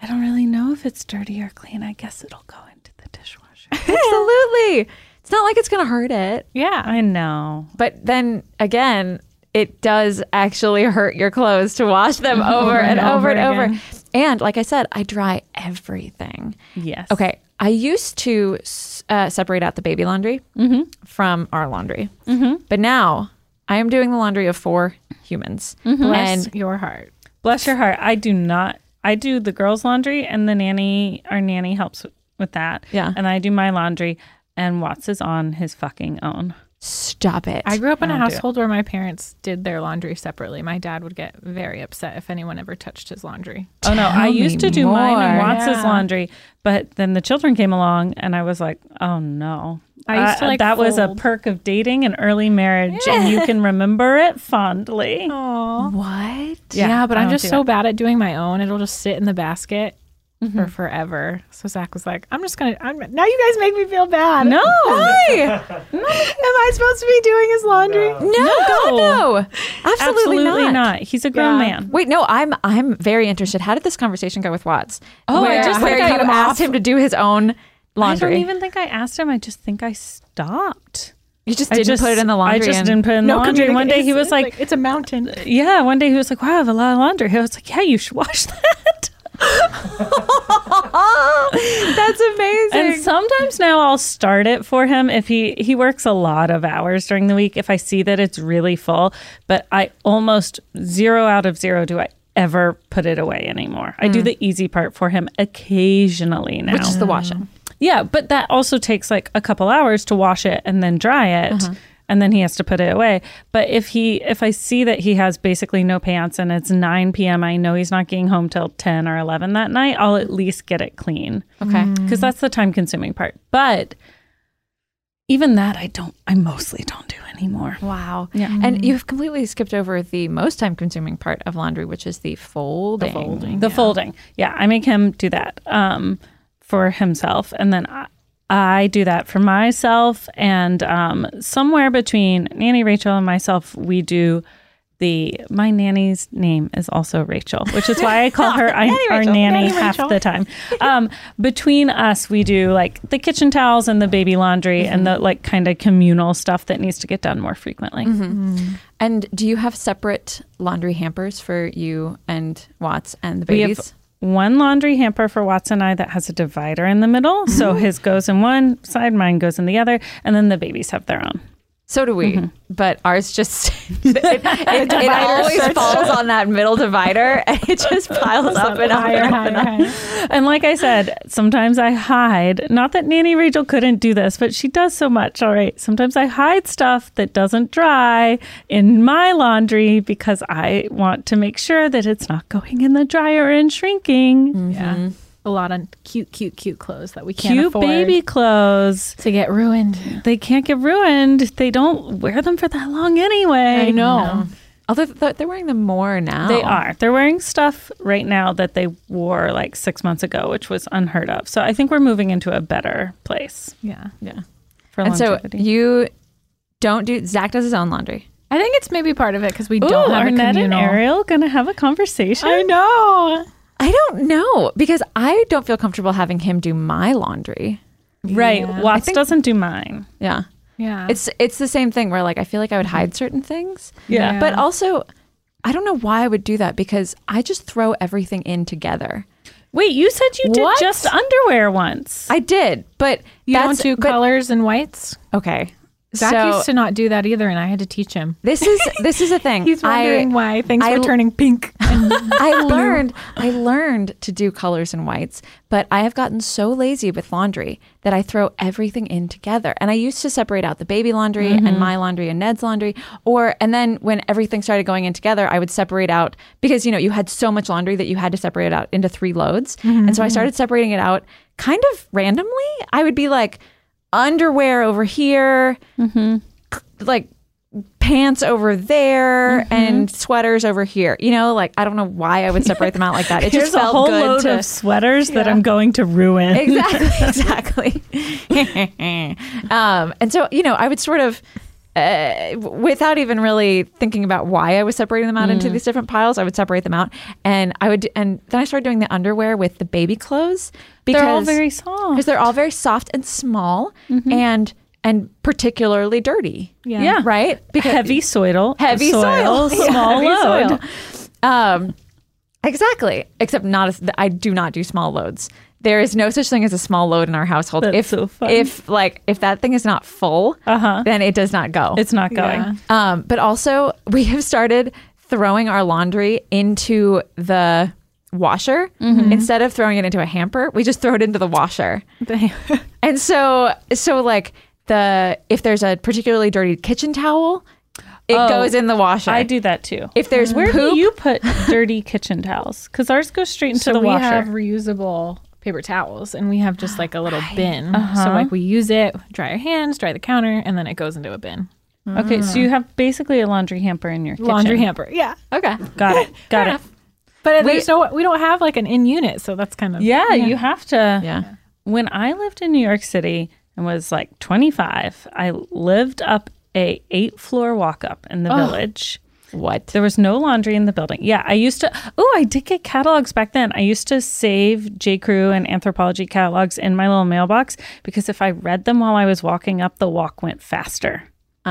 Speaker 4: I don't really know if it's dirty or clean. I guess it'll go into the dishwasher.
Speaker 2: *laughs* absolutely. It's not like it's going to hurt it.
Speaker 3: Yeah.
Speaker 4: I know.
Speaker 2: But then again, it does actually hurt your clothes to wash them *laughs* over, and, over and over.
Speaker 3: again.
Speaker 2: And like I said, I dry everything.
Speaker 4: Yes.
Speaker 2: Okay, I used to s- uh, separate out the baby laundry from our laundry, but now I am doing the laundry of four humans.
Speaker 3: Bless
Speaker 2: And
Speaker 3: your heart.
Speaker 4: Bless your heart. I do not. I do the girls' laundry and the nanny, our nanny helps with that.
Speaker 2: Yeah.
Speaker 4: And I do my laundry and Watts is on his fucking own.
Speaker 2: Stop it.
Speaker 3: I grew up in
Speaker 4: I
Speaker 3: a
Speaker 4: don't do it.
Speaker 3: household where my parents did their laundry separately. My dad would get very upset if anyone ever touched his laundry.
Speaker 4: Oh no, I
Speaker 2: Tell
Speaker 4: used
Speaker 2: me
Speaker 4: to do mine and
Speaker 2: more.
Speaker 4: Watts'
Speaker 3: Yeah.
Speaker 4: laundry, but then the children came along and I was like, oh no.
Speaker 3: I used to,
Speaker 4: Uh,
Speaker 3: like,
Speaker 4: that was a
Speaker 3: fold.
Speaker 4: perk of dating and early marriage, and you can remember it *laughs* fondly.
Speaker 3: Aww.
Speaker 2: what?
Speaker 3: Yeah, but
Speaker 4: I
Speaker 3: I'm
Speaker 4: don't
Speaker 3: just
Speaker 4: do
Speaker 3: so
Speaker 4: it. Mm-hmm.
Speaker 3: bad at doing my own. It'll just sit in the basket for forever. So Zach was like, I'm just going to, I'm now you guys make me feel bad.
Speaker 4: No.
Speaker 2: Why?
Speaker 3: Am I supposed to be doing his laundry?
Speaker 2: *laughs* No, God, no. Absolutely,
Speaker 4: Absolutely
Speaker 2: not.
Speaker 4: not. He's a grown
Speaker 3: Yeah.
Speaker 4: man.
Speaker 2: Wait, no, I'm I'm very interested. How did this conversation go with Watts?
Speaker 4: Oh, I
Speaker 2: where,
Speaker 4: just
Speaker 2: where
Speaker 4: think I
Speaker 2: you asked him to do his own laundry.
Speaker 4: I don't even think I asked him. I just think I stopped.
Speaker 2: you just
Speaker 4: I
Speaker 2: didn't
Speaker 4: just-
Speaker 2: put it in the laundry.
Speaker 4: I just
Speaker 2: and-
Speaker 4: didn't put it in the laundry. One day he
Speaker 3: communication.
Speaker 4: was
Speaker 3: It's
Speaker 4: like,
Speaker 3: it's a
Speaker 4: *laughs*
Speaker 3: mountain.
Speaker 4: yeah, one day he was like, wow, I have a lot of laundry. I was like, yeah, you should wash that.
Speaker 2: *laughs* That's amazing.
Speaker 4: And sometimes now I'll start it for him if he he works a lot of hours during the week if I see that it's really full, but I almost 0 out of 0 do I ever put it away anymore. I do the easy part for him occasionally now.
Speaker 2: Which is the washing.
Speaker 4: yeah, but that also takes like a couple hours to wash it and then dry it. And then he has to put it away. But if he, if I see that he has basically no pants and it's 9 p.m., I know he's not getting home till 10 or 11 that night, I'll at least get it clean
Speaker 2: Okay.
Speaker 4: because that's the time consuming part. But even that, I don't, I mostly don't do anymore.
Speaker 2: Wow.
Speaker 4: Yeah.
Speaker 2: And you've completely skipped over the most time consuming part of laundry, which is the folding.
Speaker 4: The folding. Yeah. I make him do that um, for himself. And then I, I do that for myself. And um, somewhere between Nanny Rachel and myself, we do. The my nanny's name is also Rachel, which is why I call her I, our
Speaker 3: Rachel.
Speaker 4: nanny,
Speaker 3: Nanny
Speaker 4: half
Speaker 3: Rachel.
Speaker 4: the time. Um, between us, we do like the kitchen towels and the baby laundry and the like kind of communal stuff that needs to get done more frequently.
Speaker 2: And do you have separate laundry hampers for you and Watts and the
Speaker 4: We have-
Speaker 2: babies?
Speaker 4: one laundry hamper for Watts and I that has a divider in the middle. So his goes in one side, mine goes in the other, and then the babies have their own.
Speaker 2: so do we, but ours just *laughs* it, it, it always falls on that middle divider, *laughs* and it just piles up and up.
Speaker 3: Higher,
Speaker 2: and up.
Speaker 3: higher, higher.
Speaker 4: And like
Speaker 3: *gasps*
Speaker 4: I said, sometimes I hide. Not that Nanny Rachel couldn't do this, but she does so much. All right. Sometimes I hide stuff that doesn't dry in my laundry because I want to make sure that it's not going in the dryer and
Speaker 3: *laughs*
Speaker 4: shrinking.
Speaker 3: Yeah. A lot of cute, cute, cute clothes that we Mm, can't
Speaker 4: Mm-hmm. Cute
Speaker 3: afford
Speaker 4: baby clothes.
Speaker 3: to get ruined.
Speaker 4: They can't get ruined. They don't wear them for that long anyway.
Speaker 3: I know.
Speaker 2: Although th- they're wearing them more now.
Speaker 4: They are. They're wearing stuff right now that they wore like six months ago, which was unheard of. So I think we're moving into a better place
Speaker 3: Yeah.
Speaker 2: Yeah.
Speaker 4: for
Speaker 2: And so
Speaker 4: longevity.
Speaker 2: you don't do. Zach does his own laundry.
Speaker 3: I think it's maybe part of it because we
Speaker 4: Ooh,
Speaker 3: don't have
Speaker 4: are
Speaker 3: a
Speaker 4: Ned and
Speaker 3: communal.
Speaker 4: Ariel gonna have a conversation?
Speaker 3: I know.
Speaker 2: I don't know because I don't feel comfortable having him do my laundry.
Speaker 4: right.
Speaker 3: Yeah.
Speaker 4: Watts
Speaker 2: I think-
Speaker 4: doesn't do mine.
Speaker 2: Yeah. Mm-hmm.
Speaker 3: Yeah.
Speaker 2: It's it's the same thing where like I feel like I would hide certain things.
Speaker 3: Yeah.
Speaker 2: But also I don't know why I would do that because I just throw everything in together.
Speaker 4: Wait, you said you did
Speaker 2: What?
Speaker 4: just underwear once.
Speaker 2: I did, but
Speaker 3: you
Speaker 2: that's
Speaker 3: don't do
Speaker 2: but-
Speaker 3: colors and whites.
Speaker 2: Okay.
Speaker 3: Zach
Speaker 2: so
Speaker 3: *laughs* used to not do that either, and I had to teach him.
Speaker 2: this is this is a thing.
Speaker 3: *laughs* He's
Speaker 2: *laughs*
Speaker 3: wondering
Speaker 2: I,
Speaker 3: why things
Speaker 2: I-
Speaker 3: were turning *laughs* pink.
Speaker 2: I learned I learned to do colors and whites, but I have gotten so lazy with laundry that I throw everything in together. And I used to separate out the baby laundry and my laundry and Ned's laundry or and then when everything started going in together, I would separate out because you know, you had so much laundry that you had to separate it out into 3 loads. And so I started separating it out kind of randomly. I would be like underwear over here, like pants over there
Speaker 4: Mm-hmm.
Speaker 2: and sweaters over here. You know, like I don't know why I would separate them out like
Speaker 4: *laughs*
Speaker 2: that. It
Speaker 4: Here's
Speaker 2: just
Speaker 4: a
Speaker 2: felt
Speaker 4: whole
Speaker 2: good
Speaker 4: load
Speaker 2: to
Speaker 4: of sweaters that I'm going to
Speaker 2: *laughs*
Speaker 4: ruin.
Speaker 2: exactly, *laughs* exactly. um, and so you know, I would sort of. Uh, without even really thinking about why I was separating them out into
Speaker 4: Mm.
Speaker 2: these different piles, I would separate them out, and I would, and then I started doing the underwear with the baby clothes because
Speaker 4: They're all very
Speaker 2: because
Speaker 4: soft. Mm-hmm.
Speaker 2: they're all very soft and small and and particularly dirty.
Speaker 3: Yeah.
Speaker 2: Right? Because
Speaker 4: heavy soil,
Speaker 2: heavy soil, *laughs* Yeah,
Speaker 4: small
Speaker 2: heavy
Speaker 4: load.
Speaker 2: soil. Um exactly. Except not as I do not do small loads. There is no such thing as a small load in our household.
Speaker 4: That's
Speaker 2: if
Speaker 4: so funny.
Speaker 2: if like if that thing is not full,
Speaker 4: Uh-huh.
Speaker 2: then it does not go.
Speaker 4: It's not going.
Speaker 3: Yeah.
Speaker 2: Um, but also, we have started throwing our laundry into the washer
Speaker 4: Mm-hmm.
Speaker 2: instead of throwing it into a hamper. We just throw it into the washer. and so, so like the if there's a particularly dirty kitchen towel, it
Speaker 4: Oh,
Speaker 2: goes in the washer.
Speaker 4: I do that too.
Speaker 2: If there's
Speaker 4: Where
Speaker 2: poop,
Speaker 4: do you put dirty kitchen towels? Because ours go straight into
Speaker 3: so
Speaker 4: the
Speaker 3: we
Speaker 4: washer.
Speaker 3: have reusable paper towels and we have just like a little bin so like we use it dry our hands dry the counter and then it goes into a bin
Speaker 4: okay, so you have basically a laundry hamper in your kitchen.
Speaker 3: Ah. laundry hamper yeah
Speaker 2: okay.
Speaker 4: Got it. Got it.
Speaker 3: but
Speaker 2: We-
Speaker 3: there's no we don't have like an in unit so that's kind of
Speaker 4: Yeah, you have to.
Speaker 2: Yeah.
Speaker 4: When I lived in New York City and was like 25, I lived up a eight floor walk up in the village.
Speaker 2: What?
Speaker 4: There was no laundry in the building. Yeah, I used to. Oh, I did get catalogs back then. I used to save J. Crew and anthropology catalogs in my little mailbox because if I read them while I was walking up, the walk went faster.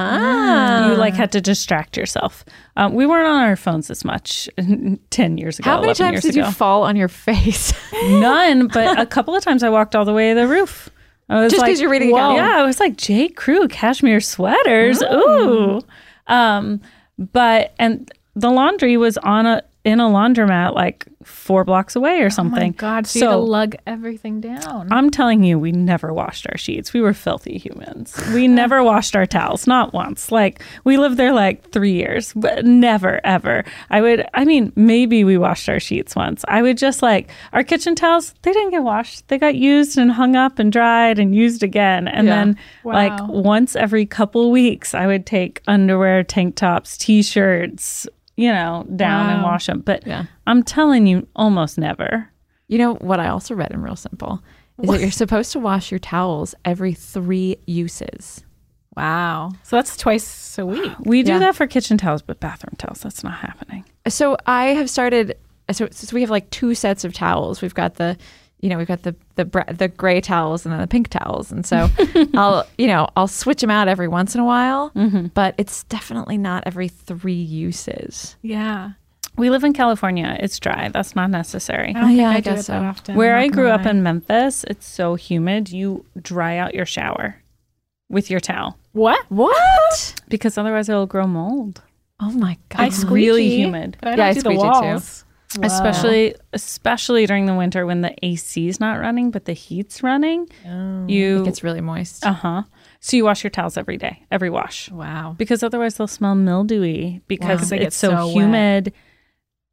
Speaker 2: Ah.
Speaker 4: you like had to distract yourself. Um, we weren't on our phones as much *laughs* ten years ago.
Speaker 2: How many
Speaker 4: 11
Speaker 2: times
Speaker 4: years
Speaker 2: did
Speaker 4: ago.
Speaker 2: you fall on your *laughs* face?
Speaker 4: None,
Speaker 3: *laughs*
Speaker 4: but a couple of times I walked all the way to the roof. I was
Speaker 2: Just 'cause
Speaker 4: like,
Speaker 2: you're reading it
Speaker 4: "Whoa."
Speaker 2: down.
Speaker 4: Yeah, I was like J. Crew cashmere sweaters.
Speaker 3: Mm.
Speaker 4: Ooh. Um, but and the laundry was on a in a laundromat like four blocks away
Speaker 3: oh
Speaker 4: or
Speaker 3: my
Speaker 4: something.
Speaker 3: god so, you had to lug everything down
Speaker 4: I'm telling you, we never washed our sheets. We were filthy humans.
Speaker 3: *laughs*
Speaker 4: We never washed our towels, not once. Like we lived there like three years, but never ever. I would, I mean, maybe we washed our sheets once. I would just like our kitchen towels. They didn't get washed. They got used and hung up and dried and used again. And
Speaker 2: Yeah.
Speaker 4: then like
Speaker 3: Wow.
Speaker 4: once every couple weeks, I would take underwear, tank tops, t-shirts, you know, down and
Speaker 3: Wow.
Speaker 4: wash them. But
Speaker 2: Yeah.
Speaker 4: I'm telling you, almost never.
Speaker 2: You know what I also read in Real Simple is that you're supposed to wash your towels every three uses.
Speaker 3: wow so that's twice a week
Speaker 4: We do
Speaker 2: Yeah.
Speaker 4: that for kitchen towels, but bathroom towels, that's not happening.
Speaker 2: So I have started. So, so we have like two sets of towels. We've got the, you know, we've got the the br- the gray towels and then the pink towels. And so I'll you know I'll switch them out every once in a while, but it's definitely not every three uses.
Speaker 3: yeah
Speaker 4: We live in California. It's dry. That's not necessary.
Speaker 3: don't
Speaker 2: Oh, yeah,
Speaker 3: think
Speaker 2: I
Speaker 3: do
Speaker 2: guess
Speaker 3: it that
Speaker 2: so.
Speaker 3: often,
Speaker 4: Where
Speaker 3: I'm
Speaker 4: I
Speaker 3: not
Speaker 4: grew
Speaker 3: gonna
Speaker 4: up
Speaker 3: lie.
Speaker 4: in Memphis, it's so humid. You dry out your shower with your towel
Speaker 3: what
Speaker 2: What?
Speaker 4: because otherwise it'll grow mold.
Speaker 2: Oh my god!
Speaker 4: It's really humid.
Speaker 3: but I
Speaker 2: Yeah, I
Speaker 3: don't do the
Speaker 2: squeegee too.
Speaker 3: walls
Speaker 4: Especially especially during the winter when the AC's not running but the heat's running.
Speaker 3: Oh.
Speaker 4: You
Speaker 2: it gets really moist.
Speaker 4: Uh-huh. So you wash your towels every day, every wash.
Speaker 3: wow
Speaker 4: because otherwess they'll smell mildewy because
Speaker 3: They get
Speaker 4: it's so,
Speaker 3: so wet.
Speaker 4: humid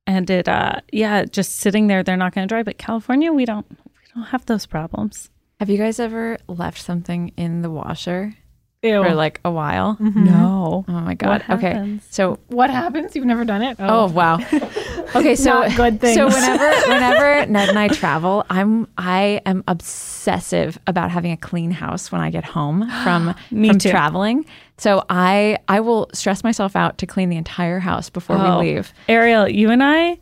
Speaker 4: and it uh yeah just sitting there they're not going to dry but california we don't we don't have those problems
Speaker 2: Have you guys ever left something in the washer
Speaker 3: Ew.
Speaker 2: for like a while?
Speaker 4: no
Speaker 2: Oh my god. okay.
Speaker 4: Oh. Mm-hmm. happens?
Speaker 2: So
Speaker 3: what happens you've never done it
Speaker 2: oh
Speaker 4: *laughs*
Speaker 2: wow. Okay, so
Speaker 3: Not good
Speaker 2: so
Speaker 3: things.
Speaker 2: whenever whenever Ned and I travel, I'm I am obsessive about having a clean house when I get
Speaker 4: *gasps*
Speaker 2: home from
Speaker 4: Me
Speaker 2: from
Speaker 4: too.
Speaker 2: traveling. So I I will stress myself out to clean the entire house before
Speaker 4: Oh.
Speaker 2: we leave.
Speaker 4: ariel you and i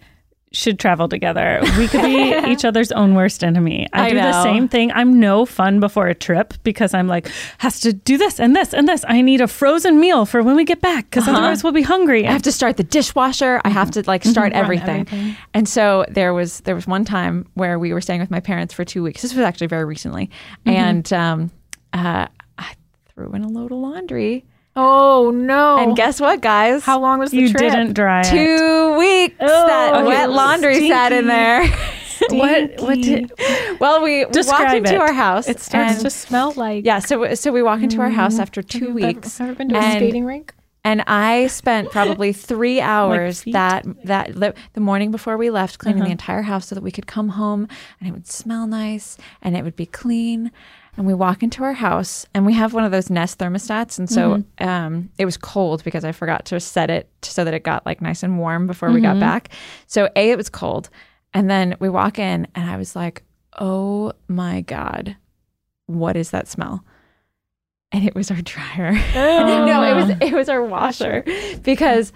Speaker 4: should travel together. We could be each other's own worst enemy. I,
Speaker 2: I
Speaker 4: do the
Speaker 2: know.
Speaker 4: same thing. I'm no fun before a trip because I'm like, has to do this and this and this. I need a frozen meal for when we get back because otherwise we'll be hungry.
Speaker 2: I have to start the dishwasher. I have to like start everything.
Speaker 3: Mm-hmm. everything.
Speaker 2: And so there was there was one time where we were staying with my parents for two weeks. This was actually very recently,
Speaker 3: Mm-hmm.
Speaker 2: and um, uh, I threw in a load of laundry.
Speaker 3: oh no
Speaker 2: And guess what, guys?
Speaker 3: how long was the
Speaker 4: you
Speaker 3: trip
Speaker 4: didn't dry it.
Speaker 2: two weeks that
Speaker 4: Oh,
Speaker 2: wet laundry sat in there.
Speaker 3: *laughs*
Speaker 4: What? What did?
Speaker 2: well, we, we walked
Speaker 4: Describe
Speaker 2: into
Speaker 4: it.
Speaker 2: our house.
Speaker 3: it starts
Speaker 2: and-
Speaker 3: to smell like
Speaker 2: yeah, so so we walk into our house after two
Speaker 3: Have you ever-
Speaker 2: weeks,
Speaker 3: Ever been to a
Speaker 2: and-
Speaker 3: skating rink?
Speaker 2: and I spent probably three hours
Speaker 4: feet.
Speaker 2: that that the, the morning before we left cleaning the entire house so that we could come home and it would smell nice and it would be clean. And we walk into our house and we have one of those Nest thermostats, and so um, it was cold because I forgot to set it so that it got like nice and warm before we got back. So a it was cold, and then we walk in and I was like, oh my god, what is that smell? And it was our dryer *laughs* no, it was it was our washer because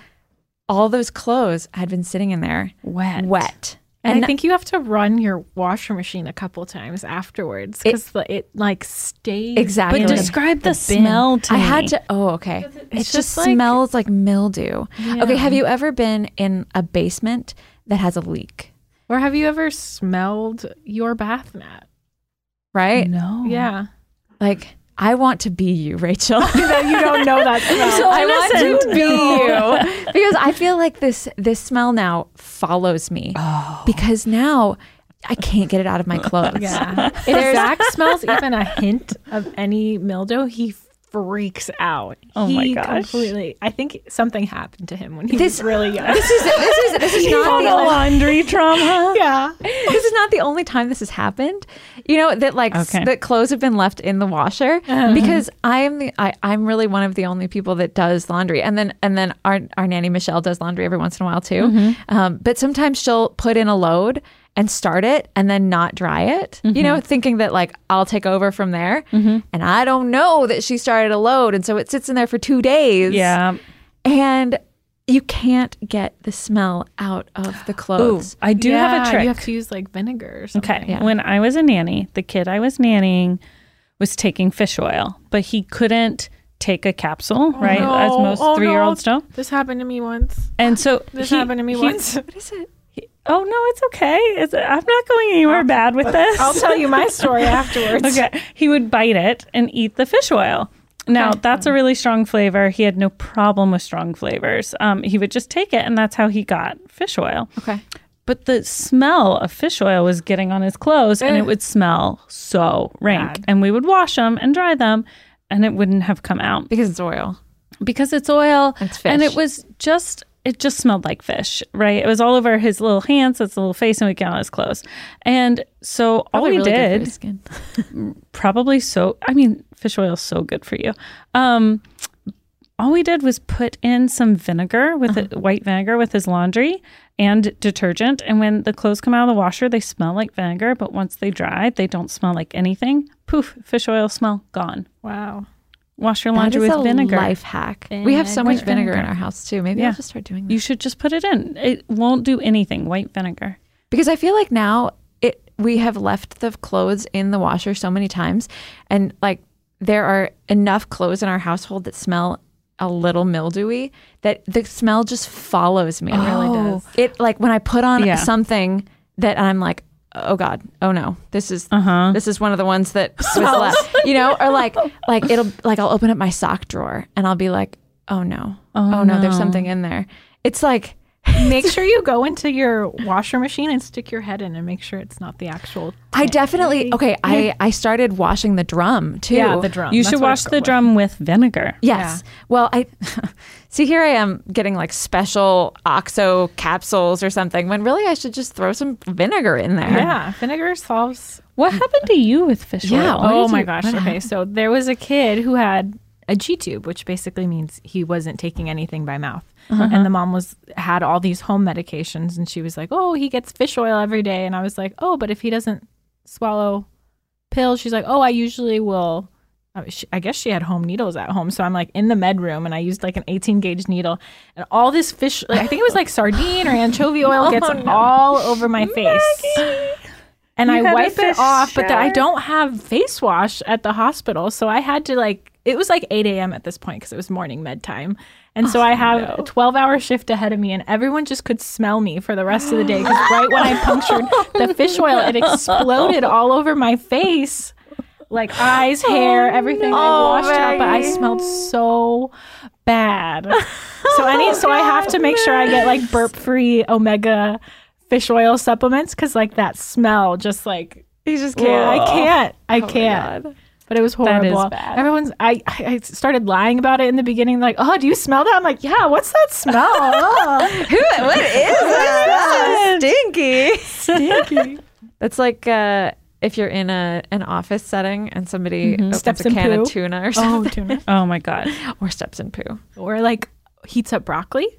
Speaker 2: all those clothes had been sitting in there
Speaker 4: wet.
Speaker 2: wet.
Speaker 3: And,
Speaker 2: And
Speaker 3: I think you have to run your washer machine a couple times afterwards because it, like stays.
Speaker 2: Exactly.
Speaker 4: But
Speaker 3: in the-
Speaker 4: describe the,
Speaker 3: bin.
Speaker 4: smell to
Speaker 2: I
Speaker 4: me.
Speaker 2: had to oh okay. It
Speaker 3: it's
Speaker 2: just,
Speaker 3: just like-
Speaker 2: smells like mildew. Okay,
Speaker 3: Yeah.
Speaker 2: have you ever been in a basement that has a leak?
Speaker 3: Or have you ever smelled your bath mat?
Speaker 2: Right?
Speaker 4: No.
Speaker 3: Yeah.
Speaker 2: Like I want to be you, Rachel.
Speaker 3: *laughs* you don't know that
Speaker 2: *laughs*
Speaker 3: smell.
Speaker 2: I want to
Speaker 4: innocent.
Speaker 2: be you because I feel like this this smell now follows me because now I can't get it
Speaker 3: *laughs*
Speaker 2: out of my clothes.
Speaker 3: yeah. If Zach smells even a hint of any mildew, he freaks out.
Speaker 4: Oh my
Speaker 3: He
Speaker 4: gosh.
Speaker 3: Completely. I think something happened to him when he
Speaker 2: This-
Speaker 3: was really young.
Speaker 2: This is this is this is not the
Speaker 4: Total
Speaker 2: only,
Speaker 4: laundry trauma.
Speaker 3: yeah.
Speaker 2: *laughs* this is not the only time this has happened. You know that like s-
Speaker 4: Okay. Uh-huh.
Speaker 2: that clothes have been left in the washer because I am the I I'm really one of the only people that does laundry, and then and then our our nanny Michelle does laundry every once in a while too.
Speaker 4: Mm-hmm.
Speaker 2: Um, but sometimes she'll put in a load and start it and then not dry it. You
Speaker 4: Mm-hmm.
Speaker 2: know, thinking that like I'll take over from there, and I don't know that she started a load, and so it sits in there for two days.
Speaker 4: Yeah.
Speaker 2: and. You can't get the smell out of the
Speaker 4: Ooh,
Speaker 2: clothes.
Speaker 4: I do have a
Speaker 3: Yeah,
Speaker 4: trick.
Speaker 3: You have to use like vinegar or something.
Speaker 4: Okay. When I was a nanny, the kid I was nannying was taking fish oil, but he couldn't take a capsule, right?
Speaker 3: No.
Speaker 4: As most
Speaker 3: Oh,
Speaker 4: three year olds
Speaker 3: no.
Speaker 4: don't.
Speaker 3: This happened to me once.
Speaker 4: And *sighs* so
Speaker 3: This
Speaker 4: he-
Speaker 3: happened to me
Speaker 4: he-
Speaker 3: once.
Speaker 2: What is it?
Speaker 4: *laughs* Oh no, it's okay. It's, I'm not going anywhere bad with this.
Speaker 3: I'll *laughs* tell you my *laughs* story afterwards.
Speaker 4: *laughs* Okay. He would bite it and eat the fish oil. Now, that's a really strong flavor. He had no problem with strong flavors. Um, he would just take it, and that's how he got fish oil.
Speaker 2: Okay.
Speaker 4: But the smell of fish oil was getting on his clothes, and it would smell so rank.
Speaker 3: Bad.
Speaker 4: And we would wash them and dry them, and it wouldn't have come out
Speaker 2: Because it's oil.
Speaker 4: Oh, because it's oil
Speaker 2: It's
Speaker 4: and
Speaker 2: fish.
Speaker 4: it was just it just smelled like fish right it was all over his little hands his little face and we got on his clothes and so all we did probably so i mean fish oil is so good for you um all we did was put in some vinegar with it
Speaker 2: Uh-huh.
Speaker 4: white vinegar with his laundry and detergent and when the clothes come out of the washer they smell like vinegar but once they dry they don't smell like anything poof fish oil smell gone
Speaker 3: Wow.
Speaker 4: wash your laundry with vinegar
Speaker 2: life hack. We have so much vinegar in our house too. Maybe I'll
Speaker 4: Yeah.
Speaker 2: just start doing that.
Speaker 4: You should just put it in. It won't do anything. White vinegar.
Speaker 2: because I feel like now it we have left the clothes in the washer so many times, and like there are enough clothes in our household that smell a little mildewy that the smell just follows me. It
Speaker 3: really does.
Speaker 2: It like when I put on
Speaker 4: Yeah.
Speaker 2: something that I'm like, oh god, oh no, this is
Speaker 4: Uh-huh.
Speaker 2: this is one of the ones that was left, you know, or like like it'll like I'll open up my sock drawer and I'll be like, oh no, oh, no. there's something in there. It's like *laughs*
Speaker 3: Make sure you go into your washer machine and stick your head in and make sure it's not the actual.
Speaker 2: I definitely okay. I I started washing the drum too.
Speaker 3: Yeah, the
Speaker 2: Um,
Speaker 3: drum.
Speaker 4: You
Speaker 3: That's
Speaker 4: should
Speaker 3: what
Speaker 4: wash
Speaker 3: it's
Speaker 4: the
Speaker 3: called.
Speaker 4: drum with vinegar.
Speaker 2: Yes. Well, I *laughs* see here I am getting like special OXO capsules or something when really I should just throw some vinegar in there.
Speaker 3: Yeah, vinegar solves.
Speaker 4: What happened to you with fish
Speaker 2: Yeah,
Speaker 4: oil?
Speaker 2: what
Speaker 3: oh
Speaker 2: did
Speaker 3: my
Speaker 2: you-
Speaker 3: gosh.
Speaker 2: what
Speaker 3: Okay, so there was a kid who had a G tube, which basically means he wasn't taking anything by mouth. And the mom was had all these home medications, and she was like, "Oh, he gets fish oil every day," and I was like, "Oh, but if he doesn't swallow pills," she's like, "Oh, I usually will." I was- she- Uh, I guess she had home needles at home, so I'm like in the med room, and I used like an 18 gauge needle, and all this fish, like, I think it was like sardine or anchovy
Speaker 4: *laughs*
Speaker 3: oil,
Speaker 4: Oh,
Speaker 3: gets all over my face and I
Speaker 4: had a
Speaker 3: wipe
Speaker 4: fish
Speaker 3: it off, but the, I
Speaker 4: shower?
Speaker 3: don't have face wash at the hospital, so I had to like it was like 8 a.m. at this point because it was morning med time, and
Speaker 4: Oh,
Speaker 3: so I have a 12 hour shift ahead of me, and everyone just could smell me for the rest of the day because right when
Speaker 4: *laughs*
Speaker 3: I punctured the fish oil, it exploded all over my face. Like eyes, hair, everything I washed out, but I smelled so bad. So *laughs* any, so I have to make sure I get like burp free omega fish oil supplements because like that smell just like
Speaker 2: You just
Speaker 3: can't,
Speaker 2: can't.
Speaker 3: I can't I can't. But it was
Speaker 4: That is
Speaker 3: horrible.
Speaker 4: bad.
Speaker 3: Everyone's I, I I started lying about it in the beginning, like, oh, do you smell that? I'm like, yeah, what's that smell? *laughs* Oh,
Speaker 2: Who? *laughs* What is that? Stinky.
Speaker 3: stinky.
Speaker 2: That's like uh, if you're in a an office setting and somebody opens
Speaker 3: Mm-hmm. Steps
Speaker 2: a
Speaker 3: in
Speaker 2: can of
Speaker 3: poo.
Speaker 2: tuna or
Speaker 3: *laughs* oh,
Speaker 2: something,
Speaker 3: tuna.
Speaker 4: Oh my god.
Speaker 2: or steps in poo.
Speaker 3: Or like heats up broccoli. *gasps*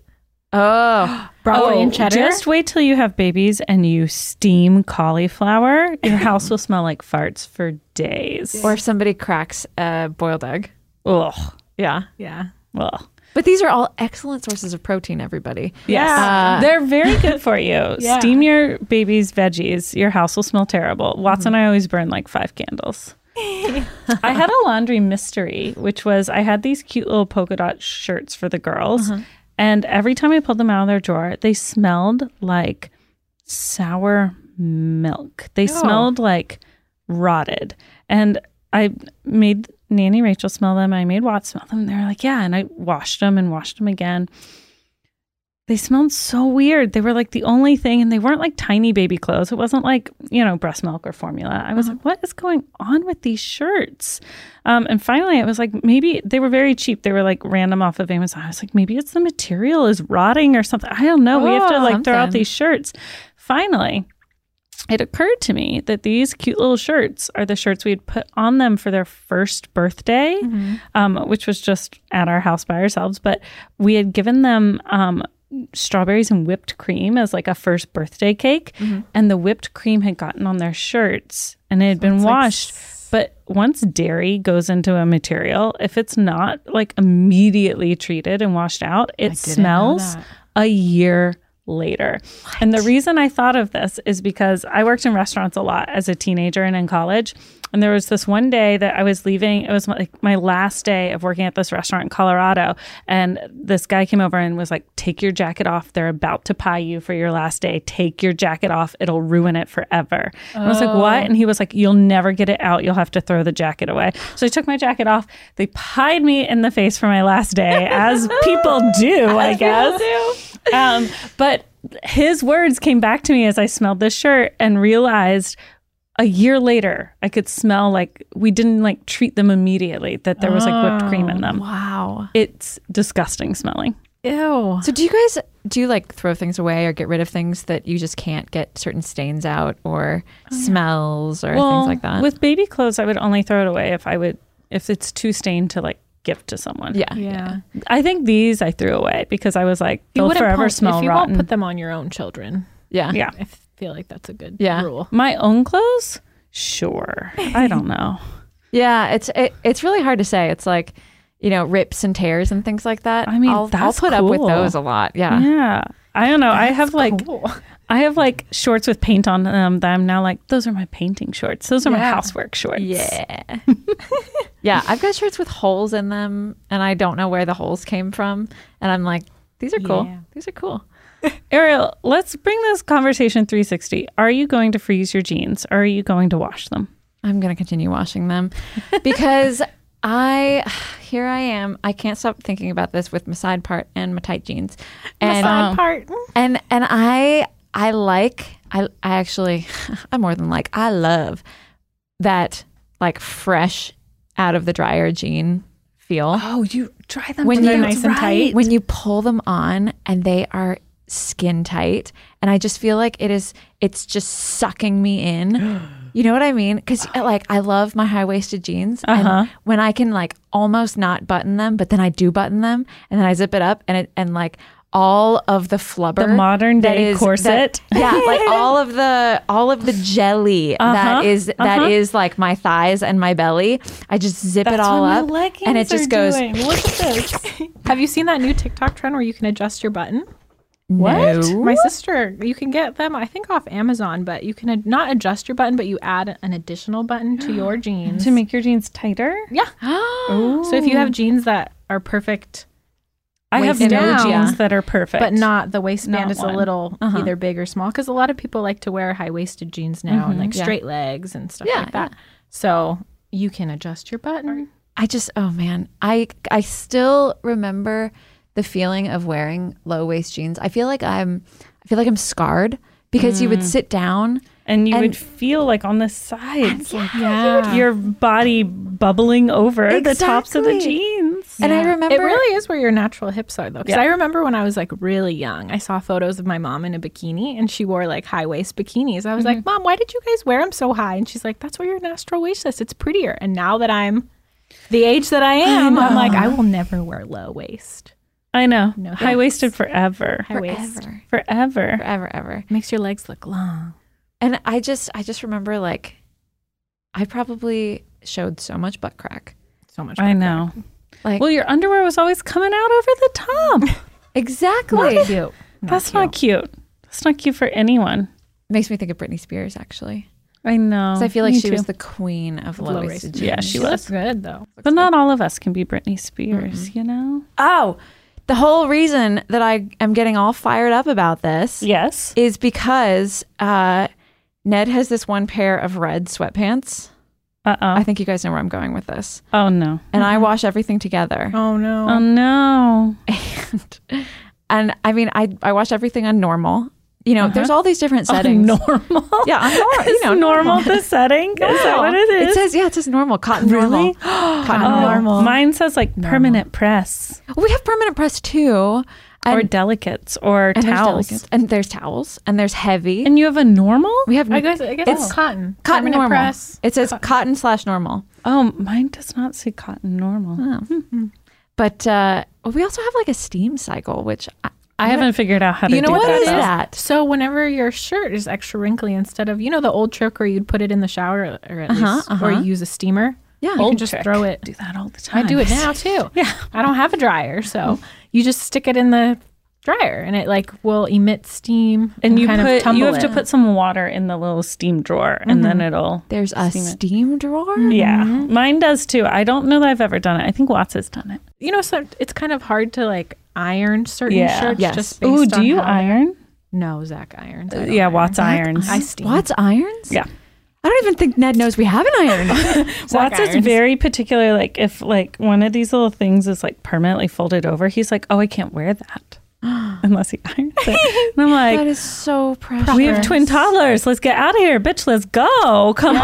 Speaker 2: Oh,
Speaker 3: Broccoli and cheddar.
Speaker 4: Just wait till you have babies and you steam cauliflower. Your house will smell like farts for days.
Speaker 2: or if somebody cracks a boiled egg.
Speaker 4: Ugh.
Speaker 2: Yeah,
Speaker 3: yeah.
Speaker 4: Ugh.
Speaker 2: but these are all excellent sources of protein. Everybody.
Speaker 3: Yeah.
Speaker 4: They're very good for you.
Speaker 3: Yeah.
Speaker 4: Steam your baby's veggies. Your house will smell terrible. Watson and I always burn like five candles. I had a laundry mystery, which was I had these cute little polka dot shirts for the girls. And every time I pulled them out of their drawer, they smelled like sour milk. They smelled like rotted. And I made Nanny Rachel smell them. I made Watt smell them. They were like, yeah. And I washed them and washed them again. They smelled so weird. They were like the only thing, and they weren't like tiny baby clothes. It wasn't like, you know, breast milk or formula. I was
Speaker 2: Uh-huh.
Speaker 4: like, what is going on with these shirts? Um, and finally, I was like, maybe they were very cheap. They were like random off of Amazon. I was like, maybe it's the material is rotting or something. I don't know. we have to
Speaker 2: Oh,
Speaker 4: like throw out
Speaker 2: something.
Speaker 4: these shirts. Finally, it occurred to me that these cute little shirts are the shirts we had put on them for their first birthday, um, which was just at our house by ourselves. But we had given them um, strawberries and whipped cream as like a first birthday cake, and the whipped cream had gotten on their shirts and it had been washed. But once dairy goes into a material, if it's not like immediately treated and washed out, it smells
Speaker 3: that.
Speaker 4: a year later. And the reason I thought of this is because I worked in restaurants a lot as a teenager and in college. And there was this one day that I was leaving. It was like my last day of working at this restaurant in Colorado. And this guy came over and was like, Take your jacket off. They're about to pie you for your last day. Take your jacket off. It'll ruin it forever. And I was like, What? And he was like, You'll never get it out. You'll have to throw the jacket away. So I took my jacket off. They pied me in the face for my last day, as people do, I guess um, but his words came back to me as I smelled this shirt and realized a year later I could smell like we didn't like treat them immediately that there was like whipped cream in them.
Speaker 2: Wow.
Speaker 4: It's disgusting smelling.
Speaker 3: Ew.
Speaker 2: So do you guys do you like throw things away or get rid of things that you just can't get certain stains out or smells or things like that?
Speaker 4: With baby clothes, I would only throw it away if I would if it's too stained to like give to someone.
Speaker 2: yeah.
Speaker 3: Yeah.
Speaker 4: I think these I threw away because I was like they'll forever
Speaker 3: put,
Speaker 4: smell
Speaker 3: if you
Speaker 4: rotten.
Speaker 3: won't put them on your own children.
Speaker 2: Yeah.
Speaker 4: yeah.
Speaker 3: I feel like that's a good
Speaker 2: Yeah.
Speaker 3: rule.
Speaker 4: My own clothes? Sure. I
Speaker 3: *laughs*
Speaker 4: don't know.
Speaker 2: Yeah, it's it, it's really hard to say. It's like, you know, rips and tears and things like that.
Speaker 4: I mean,
Speaker 2: I'll, I'll
Speaker 4: that's
Speaker 2: put up with
Speaker 4: cool.
Speaker 2: those a lot. Yeah.
Speaker 4: Yeah. I don't know. I have like I have like shorts with paint on them that I'm now like, those are my painting shorts. Those are my
Speaker 3: Yeah.
Speaker 4: housework shorts.
Speaker 2: Yeah. yeah, I've got shirts with holes in them and I don't know where the holes came from and I'm like, these are cool.
Speaker 3: Yeah.
Speaker 2: These are cool.
Speaker 4: Ariel, let's bring this conversation 360. Are you going to freeze your jeans or are you going to wash them?
Speaker 2: I'm going to continue washing them
Speaker 4: *laughs*
Speaker 2: because I here I am. I can't stop thinking about this with my side part and my tight jeans. And um,
Speaker 3: Side part.
Speaker 2: and and I I like I I actually *laughs* I more than like I love that like fresh out of the dryer jean feel.
Speaker 4: Oh, you dry them
Speaker 2: When
Speaker 4: they're
Speaker 2: you-
Speaker 4: nice and tight.
Speaker 2: When you pull them on and they are skin tight and I just feel like it is it's just sucking me
Speaker 4: *gasps*
Speaker 2: in. You know what I mean? Cuz like I love my high-waisted jeans
Speaker 4: Uh-huh.
Speaker 2: and when I can like almost not button them but then I do button them and then I zip it up and it and like all of the flubber
Speaker 4: modern
Speaker 2: that
Speaker 4: day
Speaker 2: is- that-
Speaker 4: corset.
Speaker 2: *laughs* yeah like all of the all of the jelly
Speaker 4: Uh-huh.
Speaker 2: that is that is like my thighs and my belly I just zip it all up and it just goes
Speaker 4: Look at this.
Speaker 2: *laughs*
Speaker 3: Have you seen that new TikTok trend where you can adjust your button?
Speaker 2: what *gasps*
Speaker 3: My sister, you can get them, I think, off Amazon, but you can ad- not adjust your button, but you add an additional button to your jeans.
Speaker 4: to make your jeans tighter?
Speaker 3: yeah. So if you have jeans that are perfect,
Speaker 4: I have no
Speaker 3: Waist down.
Speaker 4: jeans that are perfect.
Speaker 3: but not the waistband
Speaker 4: Not
Speaker 3: is
Speaker 4: one.
Speaker 3: a little either big or small, because a lot of people like to wear high waisted jeans now and like
Speaker 2: Yeah.
Speaker 3: straight legs and stuff
Speaker 2: Yeah,
Speaker 3: like that. So you can adjust your button.
Speaker 2: I just oh man, I I still remember the feeling of wearing low waist jeans. I feel like I'm I feel like I'm scarred because you would sit down.
Speaker 4: and you
Speaker 2: And-
Speaker 4: would feel like on the sides, like
Speaker 3: Yeah.
Speaker 4: your body bubbling over the tops of the
Speaker 2: Exactly.
Speaker 4: jeans.
Speaker 2: And I
Speaker 3: Yeah.
Speaker 2: remember
Speaker 3: it really is where your natural hips are, though. Because
Speaker 4: Yeah.
Speaker 3: I remember when I was like really young, I saw photos of my mom in a bikini, and she wore like high waist bikinis. I was like, "Mom, why did you guys wear them so high?" And she's like, "That's where your natural waist is. It's prettier." And now that I'm the age that I am, I'm like, I will never wear low waist.
Speaker 4: I know.
Speaker 3: No
Speaker 4: High waisted forever.
Speaker 3: High waist
Speaker 2: forever,
Speaker 4: Forever.
Speaker 2: forever, ever.
Speaker 3: makes your legs look long.
Speaker 2: And I just I just remember like I probably showed so much butt crack.
Speaker 3: So much.
Speaker 4: I know.
Speaker 2: Like
Speaker 4: Well, your underwear was always coming out over the
Speaker 2: *laughs*
Speaker 4: top.
Speaker 2: exactly
Speaker 3: Not cute.
Speaker 4: That's not cute. That's not cute for anyone.
Speaker 2: makes me think of Britney Spears actually.
Speaker 4: I know.
Speaker 2: 'Cause I feel like
Speaker 4: Me
Speaker 2: she was
Speaker 4: too.
Speaker 2: the queen of low waisted
Speaker 3: Low-waisted
Speaker 2: jeans.
Speaker 4: Yeah, she
Speaker 3: She
Speaker 4: was.
Speaker 3: looks good though.
Speaker 4: But not all of us can be Britney Spears, you know?
Speaker 2: Oh, the whole reason that I am getting all fired up about this
Speaker 4: Yes.
Speaker 2: is because uh, Ned has this one pair of red sweatpants.
Speaker 4: Uh oh.
Speaker 2: I think you guys know where I'm going with this.
Speaker 4: Oh no.
Speaker 2: And I wash everything together.
Speaker 3: Oh no.
Speaker 4: Oh no.
Speaker 2: *laughs* And And I mean, I I watched everything on normal. You know,
Speaker 4: Uh-huh.
Speaker 2: there's all these different settings.
Speaker 4: normal. *laughs*
Speaker 2: *laughs* Yeah, on normal.
Speaker 4: Is
Speaker 2: You know,
Speaker 4: normal the setting? Is that what it is?
Speaker 2: says yeah, it says normal cotton normal.
Speaker 4: *gasps* Really?
Speaker 2: cotton
Speaker 4: Oh,
Speaker 2: normal.
Speaker 3: normal.
Speaker 4: Mine says like permanent press
Speaker 2: We have permanent press too, and,
Speaker 4: or delicates or
Speaker 2: and there's
Speaker 4: towels.
Speaker 2: delicates. and there's towels, and there's heavy.
Speaker 4: And you have a normal?
Speaker 2: we have
Speaker 3: I guess I guess it's
Speaker 2: It's
Speaker 3: cotton.
Speaker 2: cotton
Speaker 3: Permanent
Speaker 2: normal.
Speaker 3: press.
Speaker 2: It says cotton slash normal.
Speaker 4: Oh, mine does not say cotton normal.
Speaker 2: But uh, we also have like a steam cycle, which I,
Speaker 4: I haven't figured out how to
Speaker 2: you know
Speaker 4: do
Speaker 2: what
Speaker 4: that.
Speaker 2: is
Speaker 4: though.
Speaker 2: that?
Speaker 3: So whenever your shirt is extra wrinkly, instead of you know the old trick where you'd put it in the shower or at least, or use a steamer,
Speaker 2: Yeah.
Speaker 3: you
Speaker 2: Old
Speaker 3: can just
Speaker 4: trick.
Speaker 3: throw
Speaker 4: I
Speaker 3: it.
Speaker 4: do that all the time.
Speaker 3: I do it now too.
Speaker 4: *laughs* Yeah.
Speaker 3: I don't have a dryer, so you just stick it in the dryer, and it like will emit steam
Speaker 4: And you
Speaker 3: kind of
Speaker 4: put
Speaker 3: tumble
Speaker 4: you have
Speaker 3: it.
Speaker 4: to put some water in the little steam drawer and then it'll
Speaker 2: There's a
Speaker 4: Steam
Speaker 2: steam,
Speaker 4: it.
Speaker 2: drawer.
Speaker 4: Yeah. Mine does too. I don't know that I've ever done it. I think Watts has done it.
Speaker 3: you know, so it's kind of hard to like iron certain
Speaker 4: Yeah.
Speaker 3: shirts.
Speaker 2: Yes.
Speaker 3: Just based
Speaker 4: Ooh, do
Speaker 3: on
Speaker 4: you
Speaker 3: how-
Speaker 4: iron?
Speaker 3: No, Zach irons. I don't
Speaker 4: Yeah,
Speaker 3: iron.
Speaker 4: Watts irons.
Speaker 3: I steam.
Speaker 2: Watts irons?
Speaker 4: Yeah.
Speaker 2: I don't even think Ned knows we have an
Speaker 4: *laughs*
Speaker 2: iron.
Speaker 3: Zach
Speaker 4: Watts is
Speaker 3: irons.
Speaker 4: very particular. Like if like one of these little things is like permanently folded over, he's like, "Oh, I can't
Speaker 3: *gasps*
Speaker 4: wear that unless he irons it." And I'm
Speaker 2: that
Speaker 3: *laughs*
Speaker 4: like,
Speaker 2: is so precious.
Speaker 4: "We have twin toddlers. Let's get out of here, bitch. Let's go. Come on.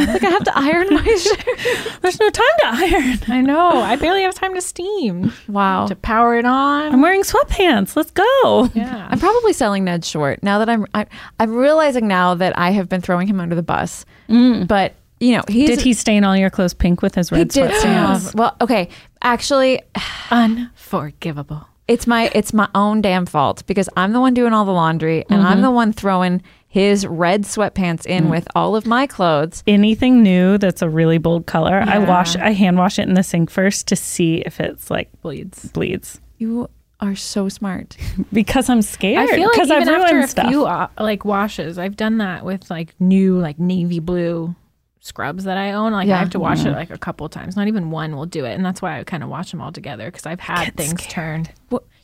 Speaker 2: Ah, like I have to iron
Speaker 4: *laughs*
Speaker 2: my shirt.
Speaker 4: There's no time to iron.
Speaker 3: I know. I barely have time to *laughs* steam
Speaker 2: Wow.
Speaker 3: to power it on.
Speaker 4: I'm wearing sweatpants. Let's go."
Speaker 3: yeah.
Speaker 2: I'm probably selling Ned short now that I'm I, I'm realizing now that I have been throwing him under the bus. But you know he's
Speaker 4: Mm. Did he stain all your clothes pink with his
Speaker 2: he
Speaker 4: red
Speaker 2: did
Speaker 4: sweatpants?
Speaker 2: have- well okay actually *sighs*
Speaker 3: Unforgivable.
Speaker 2: it's my it's my own damn fault because I'm the one doing all the laundry and I'm the one throwing his red sweatpants in with all of my clothes.
Speaker 4: Anything new that's a really bold color, I wash, I hand wash it in the sink first to see if it's like
Speaker 3: Bleeds.
Speaker 4: bleeds
Speaker 2: You are so smart.
Speaker 4: because I'm scared.
Speaker 3: I feel like
Speaker 4: because
Speaker 3: even
Speaker 4: I've
Speaker 3: after
Speaker 4: ruined
Speaker 3: a
Speaker 4: stuff.
Speaker 3: few uh, like washes, I've done that with like new like navy blue scrubs that I own. Like I
Speaker 2: Yeah. Mm-hmm.
Speaker 3: have to wash it like a couple times. Not even one will do it, and that's why I kind of wash them all together because I've had things turned.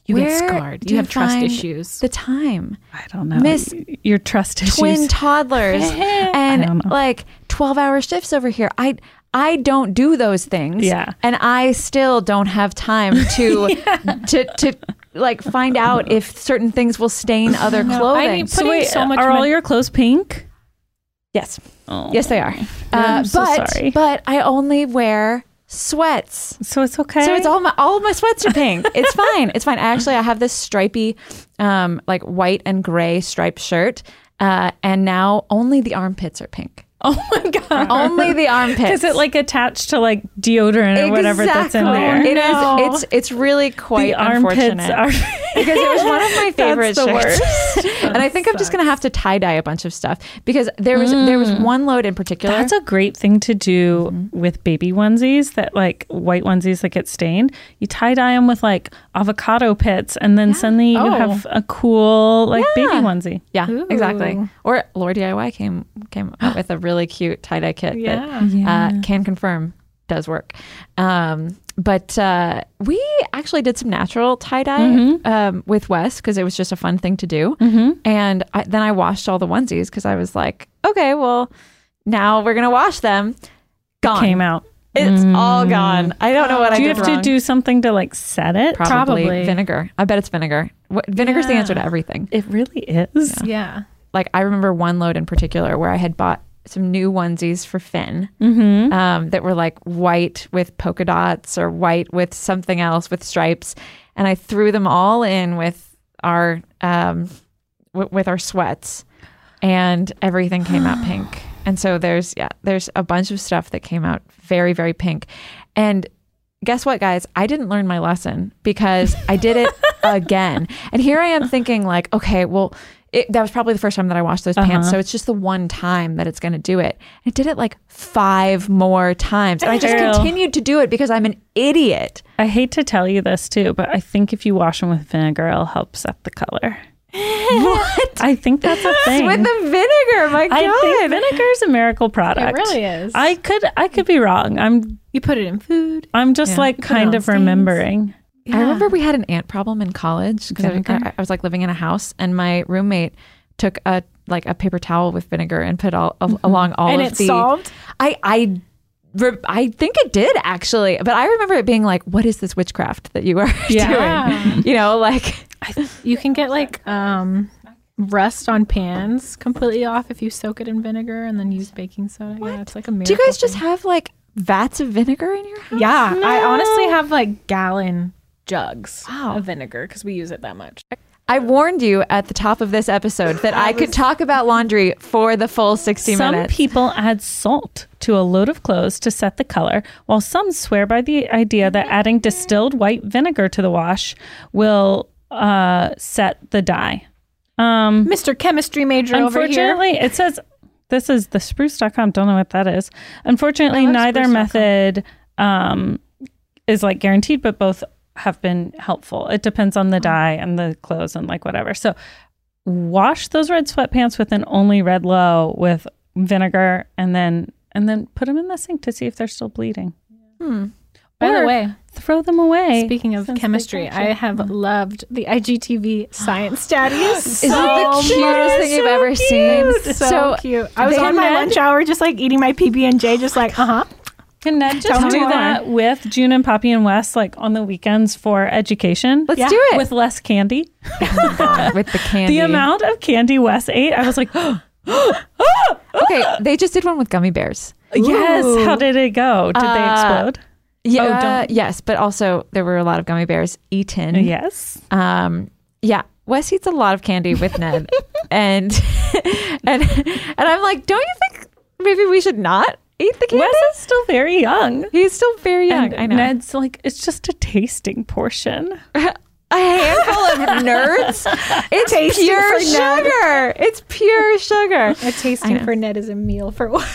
Speaker 3: You get
Speaker 2: Where
Speaker 3: scarred.
Speaker 2: do
Speaker 3: You have trust
Speaker 2: find
Speaker 3: issues.
Speaker 2: The time.
Speaker 4: I don't know.
Speaker 2: Miss
Speaker 4: Y- your trust issues.
Speaker 2: twin toddlers
Speaker 4: don't
Speaker 2: and
Speaker 4: know.
Speaker 2: like 12 hour shifts over here i i don't do those things
Speaker 4: Yeah.
Speaker 2: and i still don't have time to to to like find out if certain things will stain other clothing
Speaker 3: need-
Speaker 4: so
Speaker 3: putting
Speaker 4: wait,
Speaker 3: so much
Speaker 4: are all
Speaker 3: mon-
Speaker 4: your clothes pink?
Speaker 2: yes
Speaker 4: Oh.
Speaker 2: yes they are uh,
Speaker 4: I'm so
Speaker 2: but
Speaker 4: sorry.
Speaker 2: but i only wear sweats
Speaker 4: So it's okay.
Speaker 2: So it's all my all of my sweats are pink. It's *laughs* fine. It's fine. Actually, I have this stripy, um, like white and gray striped shirt, uh, and now only the armpits are
Speaker 4: *laughs*
Speaker 2: pink.
Speaker 4: *laughs* Oh my god.
Speaker 2: *laughs* Only the armpits.
Speaker 4: Is it like attached to like deodorant or whatever that's in
Speaker 2: Exactly.
Speaker 4: there?
Speaker 2: It is-
Speaker 3: No.
Speaker 2: It's it's really quite
Speaker 4: the armpits
Speaker 2: unfortunate
Speaker 4: are. *laughs*
Speaker 2: because it was one of my favorite
Speaker 4: the
Speaker 2: shirts, *laughs* and I think I'm just gonna have to tie dye a bunch of stuff because there was there was one load in particular.
Speaker 4: Mm. That's a great thing to do
Speaker 2: Mm-hmm.
Speaker 4: with baby onesies that like white onesies that get stained. You tie dye them with like avocado pits, and then suddenly you
Speaker 3: Oh.
Speaker 4: have a cool like baby
Speaker 2: Yeah.
Speaker 4: onesie.
Speaker 2: yeah,
Speaker 3: Ooh.
Speaker 2: exactly. Or Lord DIY came
Speaker 4: *gasps*
Speaker 2: came out with a really cute tie dye kit
Speaker 3: Yeah.
Speaker 2: that uh, can confirm does work. Um, but uh, we actually did some natural tie dye
Speaker 4: Mm-hmm.
Speaker 2: um, with Wes because it was just a fun thing to do. And I, then I washed all the onesies because I was like, okay, well, now we're gonna wash them. Gone.
Speaker 4: Came out. Mm.
Speaker 2: It's all gone. I don't know what I
Speaker 4: do you
Speaker 2: did
Speaker 4: have
Speaker 2: wrong.
Speaker 4: to do something to like set it?
Speaker 2: probably,
Speaker 3: Probably.
Speaker 2: vinegar. I bet it's vinegar. What, vinegar's the
Speaker 3: Yeah.
Speaker 2: answer to everything.
Speaker 4: It really is.
Speaker 3: yeah.
Speaker 2: Like I remember one load in particular where I had bought some new onesies for Finn um, that were like white with polka dots or white with something else with stripes, and I threw them all in with our um, w- with our sweats, and everything came
Speaker 4: *gasps*
Speaker 2: out pink. And so there's yeah, there's a bunch of stuff that came out very very pink, and guess what guys i didn't learn my lesson because i did
Speaker 4: *laughs*
Speaker 2: it again and here i am thinking like okay well it, that was probably the first time that i washed those pants
Speaker 4: Uh-huh.
Speaker 2: so it's just the one time that it's going to do it i did it like five more times and i just
Speaker 4: Ew.
Speaker 2: continued to do it because i'm an
Speaker 4: *laughs*
Speaker 2: idiot
Speaker 4: I hate to tell you this too, but I think if you wash them with vinegar, it'll help set the color.
Speaker 2: what
Speaker 4: I think
Speaker 3: *laughs*
Speaker 4: that's a
Speaker 2: *laughs*
Speaker 4: thing.
Speaker 2: with the vinegar my god
Speaker 4: I think vinegar is a miracle product.
Speaker 3: It really is.
Speaker 4: I could I could be wrong. I'm
Speaker 3: you put it in food.
Speaker 4: I'm just
Speaker 2: Yeah.
Speaker 4: like
Speaker 3: it on
Speaker 4: kind of
Speaker 3: stains.
Speaker 4: remembering.
Speaker 2: I remember we had an ant problem in college because I,
Speaker 4: Vinegar?
Speaker 2: I- I was like living in a house and my roommate took a like a paper towel with vinegar and put all al- along all
Speaker 3: And
Speaker 2: of
Speaker 3: it
Speaker 2: the
Speaker 3: solved?
Speaker 2: I I re- I think it did actually, but I remember it being like, "What is this witchcraft that you are *laughs*
Speaker 4: Yeah.
Speaker 2: doing?" You know, like
Speaker 3: I, you can get like um, rust on pans completely off if you soak it in vinegar and then use baking soda. Yeah, it's like a miracle.
Speaker 2: Do you guys just
Speaker 3: thing.
Speaker 2: have like vats of vinegar in your house?
Speaker 3: Yeah, I honestly have like gallon jugs
Speaker 2: Wow.
Speaker 3: of vinegar because we use it that much.
Speaker 2: I warned you at the top of this episode that I, could talk about laundry for the full 60
Speaker 4: Some
Speaker 2: minutes.
Speaker 4: people add salt to a load of clothes to set the color, while some swear by the idea that adding distilled white vinegar to the wash will uh, set the dye. Um,
Speaker 3: Mr. Chemistry major over here.
Speaker 4: unfortunately, it says this is the spruce.com. Don't know what that is. Unfortunately, neither method um, is like guaranteed, but both have been helpful. It depends on the dye and the clothes and like whatever. So wash those red sweatpants with an only red low with vinegar and then and then put them in the sink to see if they're still bleeding.
Speaker 3: By
Speaker 4: Or
Speaker 3: the way,
Speaker 4: Throw them away.
Speaker 3: speaking of
Speaker 4: Since they
Speaker 3: chemistry,
Speaker 4: function.
Speaker 3: I have loved the IGTV *gasps* science daddy.
Speaker 2: Is it the cutest thing you've ever seen?
Speaker 3: So,
Speaker 2: So,
Speaker 3: cute. I was
Speaker 2: they
Speaker 3: on my
Speaker 2: had-
Speaker 3: lunch hour just like eating my PB and *gasps* J, just like, uh huh.
Speaker 4: Can Ned
Speaker 3: Tell
Speaker 4: just
Speaker 3: me
Speaker 4: do
Speaker 3: more.
Speaker 4: that with June and Poppy and Wes, like on the weekends for education?
Speaker 2: let's
Speaker 3: Yeah.
Speaker 2: do it
Speaker 4: With less candy.
Speaker 2: *laughs* with the candy.
Speaker 4: The amount of candy Wes ate, I was like, *gasps*
Speaker 2: Okay, they just did one with gummy bears.
Speaker 4: yes. How did it go? Did they
Speaker 2: Uh,
Speaker 4: explode?
Speaker 2: Yeah,
Speaker 4: Oh,
Speaker 2: uh,
Speaker 4: don't-
Speaker 2: yes, but also there were a lot of gummy bears eaten.
Speaker 4: mm-hmm. Yes.
Speaker 2: Um, yeah, Wes eats a lot of candy with Ned, and *laughs* and and I'm like, don't you think maybe we should not eat the candy?
Speaker 4: Wes is still very young.
Speaker 2: He's still very young.
Speaker 4: And
Speaker 2: I know.
Speaker 4: Ned's like, it's just a tasting portion.
Speaker 2: a handful of nerds. It's
Speaker 3: Tasting
Speaker 2: pure
Speaker 3: for Ned.
Speaker 2: sugar. It's pure sugar.
Speaker 3: A tasting for Ned is a meal for one.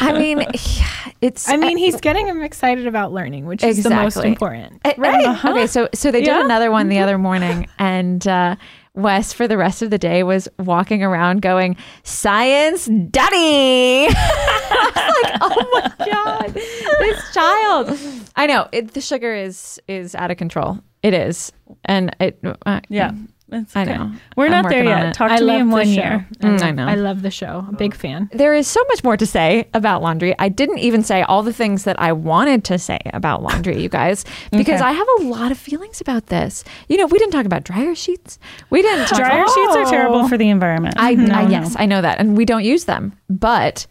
Speaker 2: I mean, yeah, it's.
Speaker 3: I mean, he's getting him excited about learning, which is the most
Speaker 2: Exactly.
Speaker 3: important.
Speaker 2: Uh, right. Okay, so so they did
Speaker 4: Yeah. Mm-hmm.
Speaker 2: another one the other morning, and uh, Wes for the rest of the day was walking around going science daddy. *laughs* I was like, oh my god, this child. I know it, the sugar is is out of control. It is, and it. Uh,
Speaker 4: Yeah. It's
Speaker 2: I
Speaker 4: okay.
Speaker 2: know.
Speaker 4: We're
Speaker 2: I'm
Speaker 4: not there
Speaker 2: working on
Speaker 4: yet.
Speaker 2: it.
Speaker 4: Talk to me in
Speaker 3: the
Speaker 4: one
Speaker 3: show.
Speaker 4: year.
Speaker 2: Mm, I
Speaker 3: love-
Speaker 2: know.
Speaker 3: I love the show. A big fan.
Speaker 2: There is so much more to say about laundry. I didn't even say all the things that I wanted to say about laundry, you
Speaker 4: *laughs*
Speaker 2: guys, because I have a lot of feelings about this. You know, we didn't talk about dryer sheets. We didn't talk
Speaker 4: Dryer
Speaker 2: about-
Speaker 4: sheets are terrible for the environment.
Speaker 2: Oh.
Speaker 4: Mm-hmm.
Speaker 2: I, I
Speaker 4: No,
Speaker 2: yes, I know that, and we don't use them. But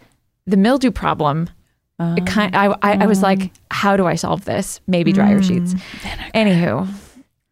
Speaker 2: the mildew problem,
Speaker 4: Oh.
Speaker 2: it kind, I, I, I was like, how do I solve this? Maybe dryer sheets. Anywho,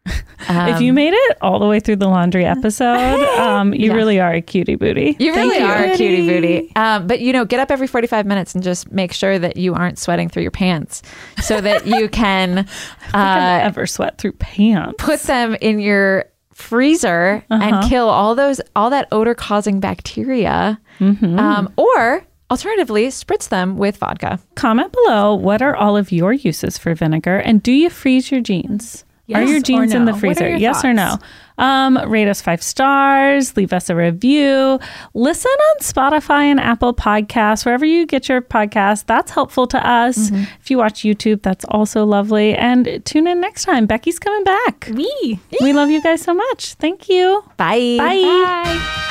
Speaker 4: Mm.
Speaker 2: Um,
Speaker 4: if you made it all the way through the laundry *laughs* episode, um, you really are a cutie booty.
Speaker 2: You really
Speaker 3: you.
Speaker 2: are a cutie
Speaker 3: Cutie.
Speaker 2: booty. Um, but you know, get up every 45 minutes and just make sure that you aren't sweating through your pants so that you can
Speaker 4: I've
Speaker 2: uh,
Speaker 4: ever sweat through pants.
Speaker 2: put them in your freezer and kill all those all that odor causing bacteria. Um, or alternatively, spritz them with vodka.
Speaker 4: Comment below what are all of your uses for vinegar and do you freeze your jeans?
Speaker 3: Yes
Speaker 4: are your
Speaker 3: or
Speaker 4: jeans in
Speaker 3: no?
Speaker 4: the
Speaker 3: What are
Speaker 4: freezer?
Speaker 3: your
Speaker 4: Yes or no?
Speaker 3: thoughts?
Speaker 4: Um, rate us five stars, leave us a review, listen on Spotify and Apple Podcasts, wherever you get your podcast. That's helpful to us.
Speaker 3: Mm-hmm.
Speaker 4: If you watch YouTube, that's also lovely. And tune in next time. Becky's coming back.
Speaker 3: We.
Speaker 4: We love you guys so much. Thank you.
Speaker 2: Bye.
Speaker 4: Bye.
Speaker 3: Bye.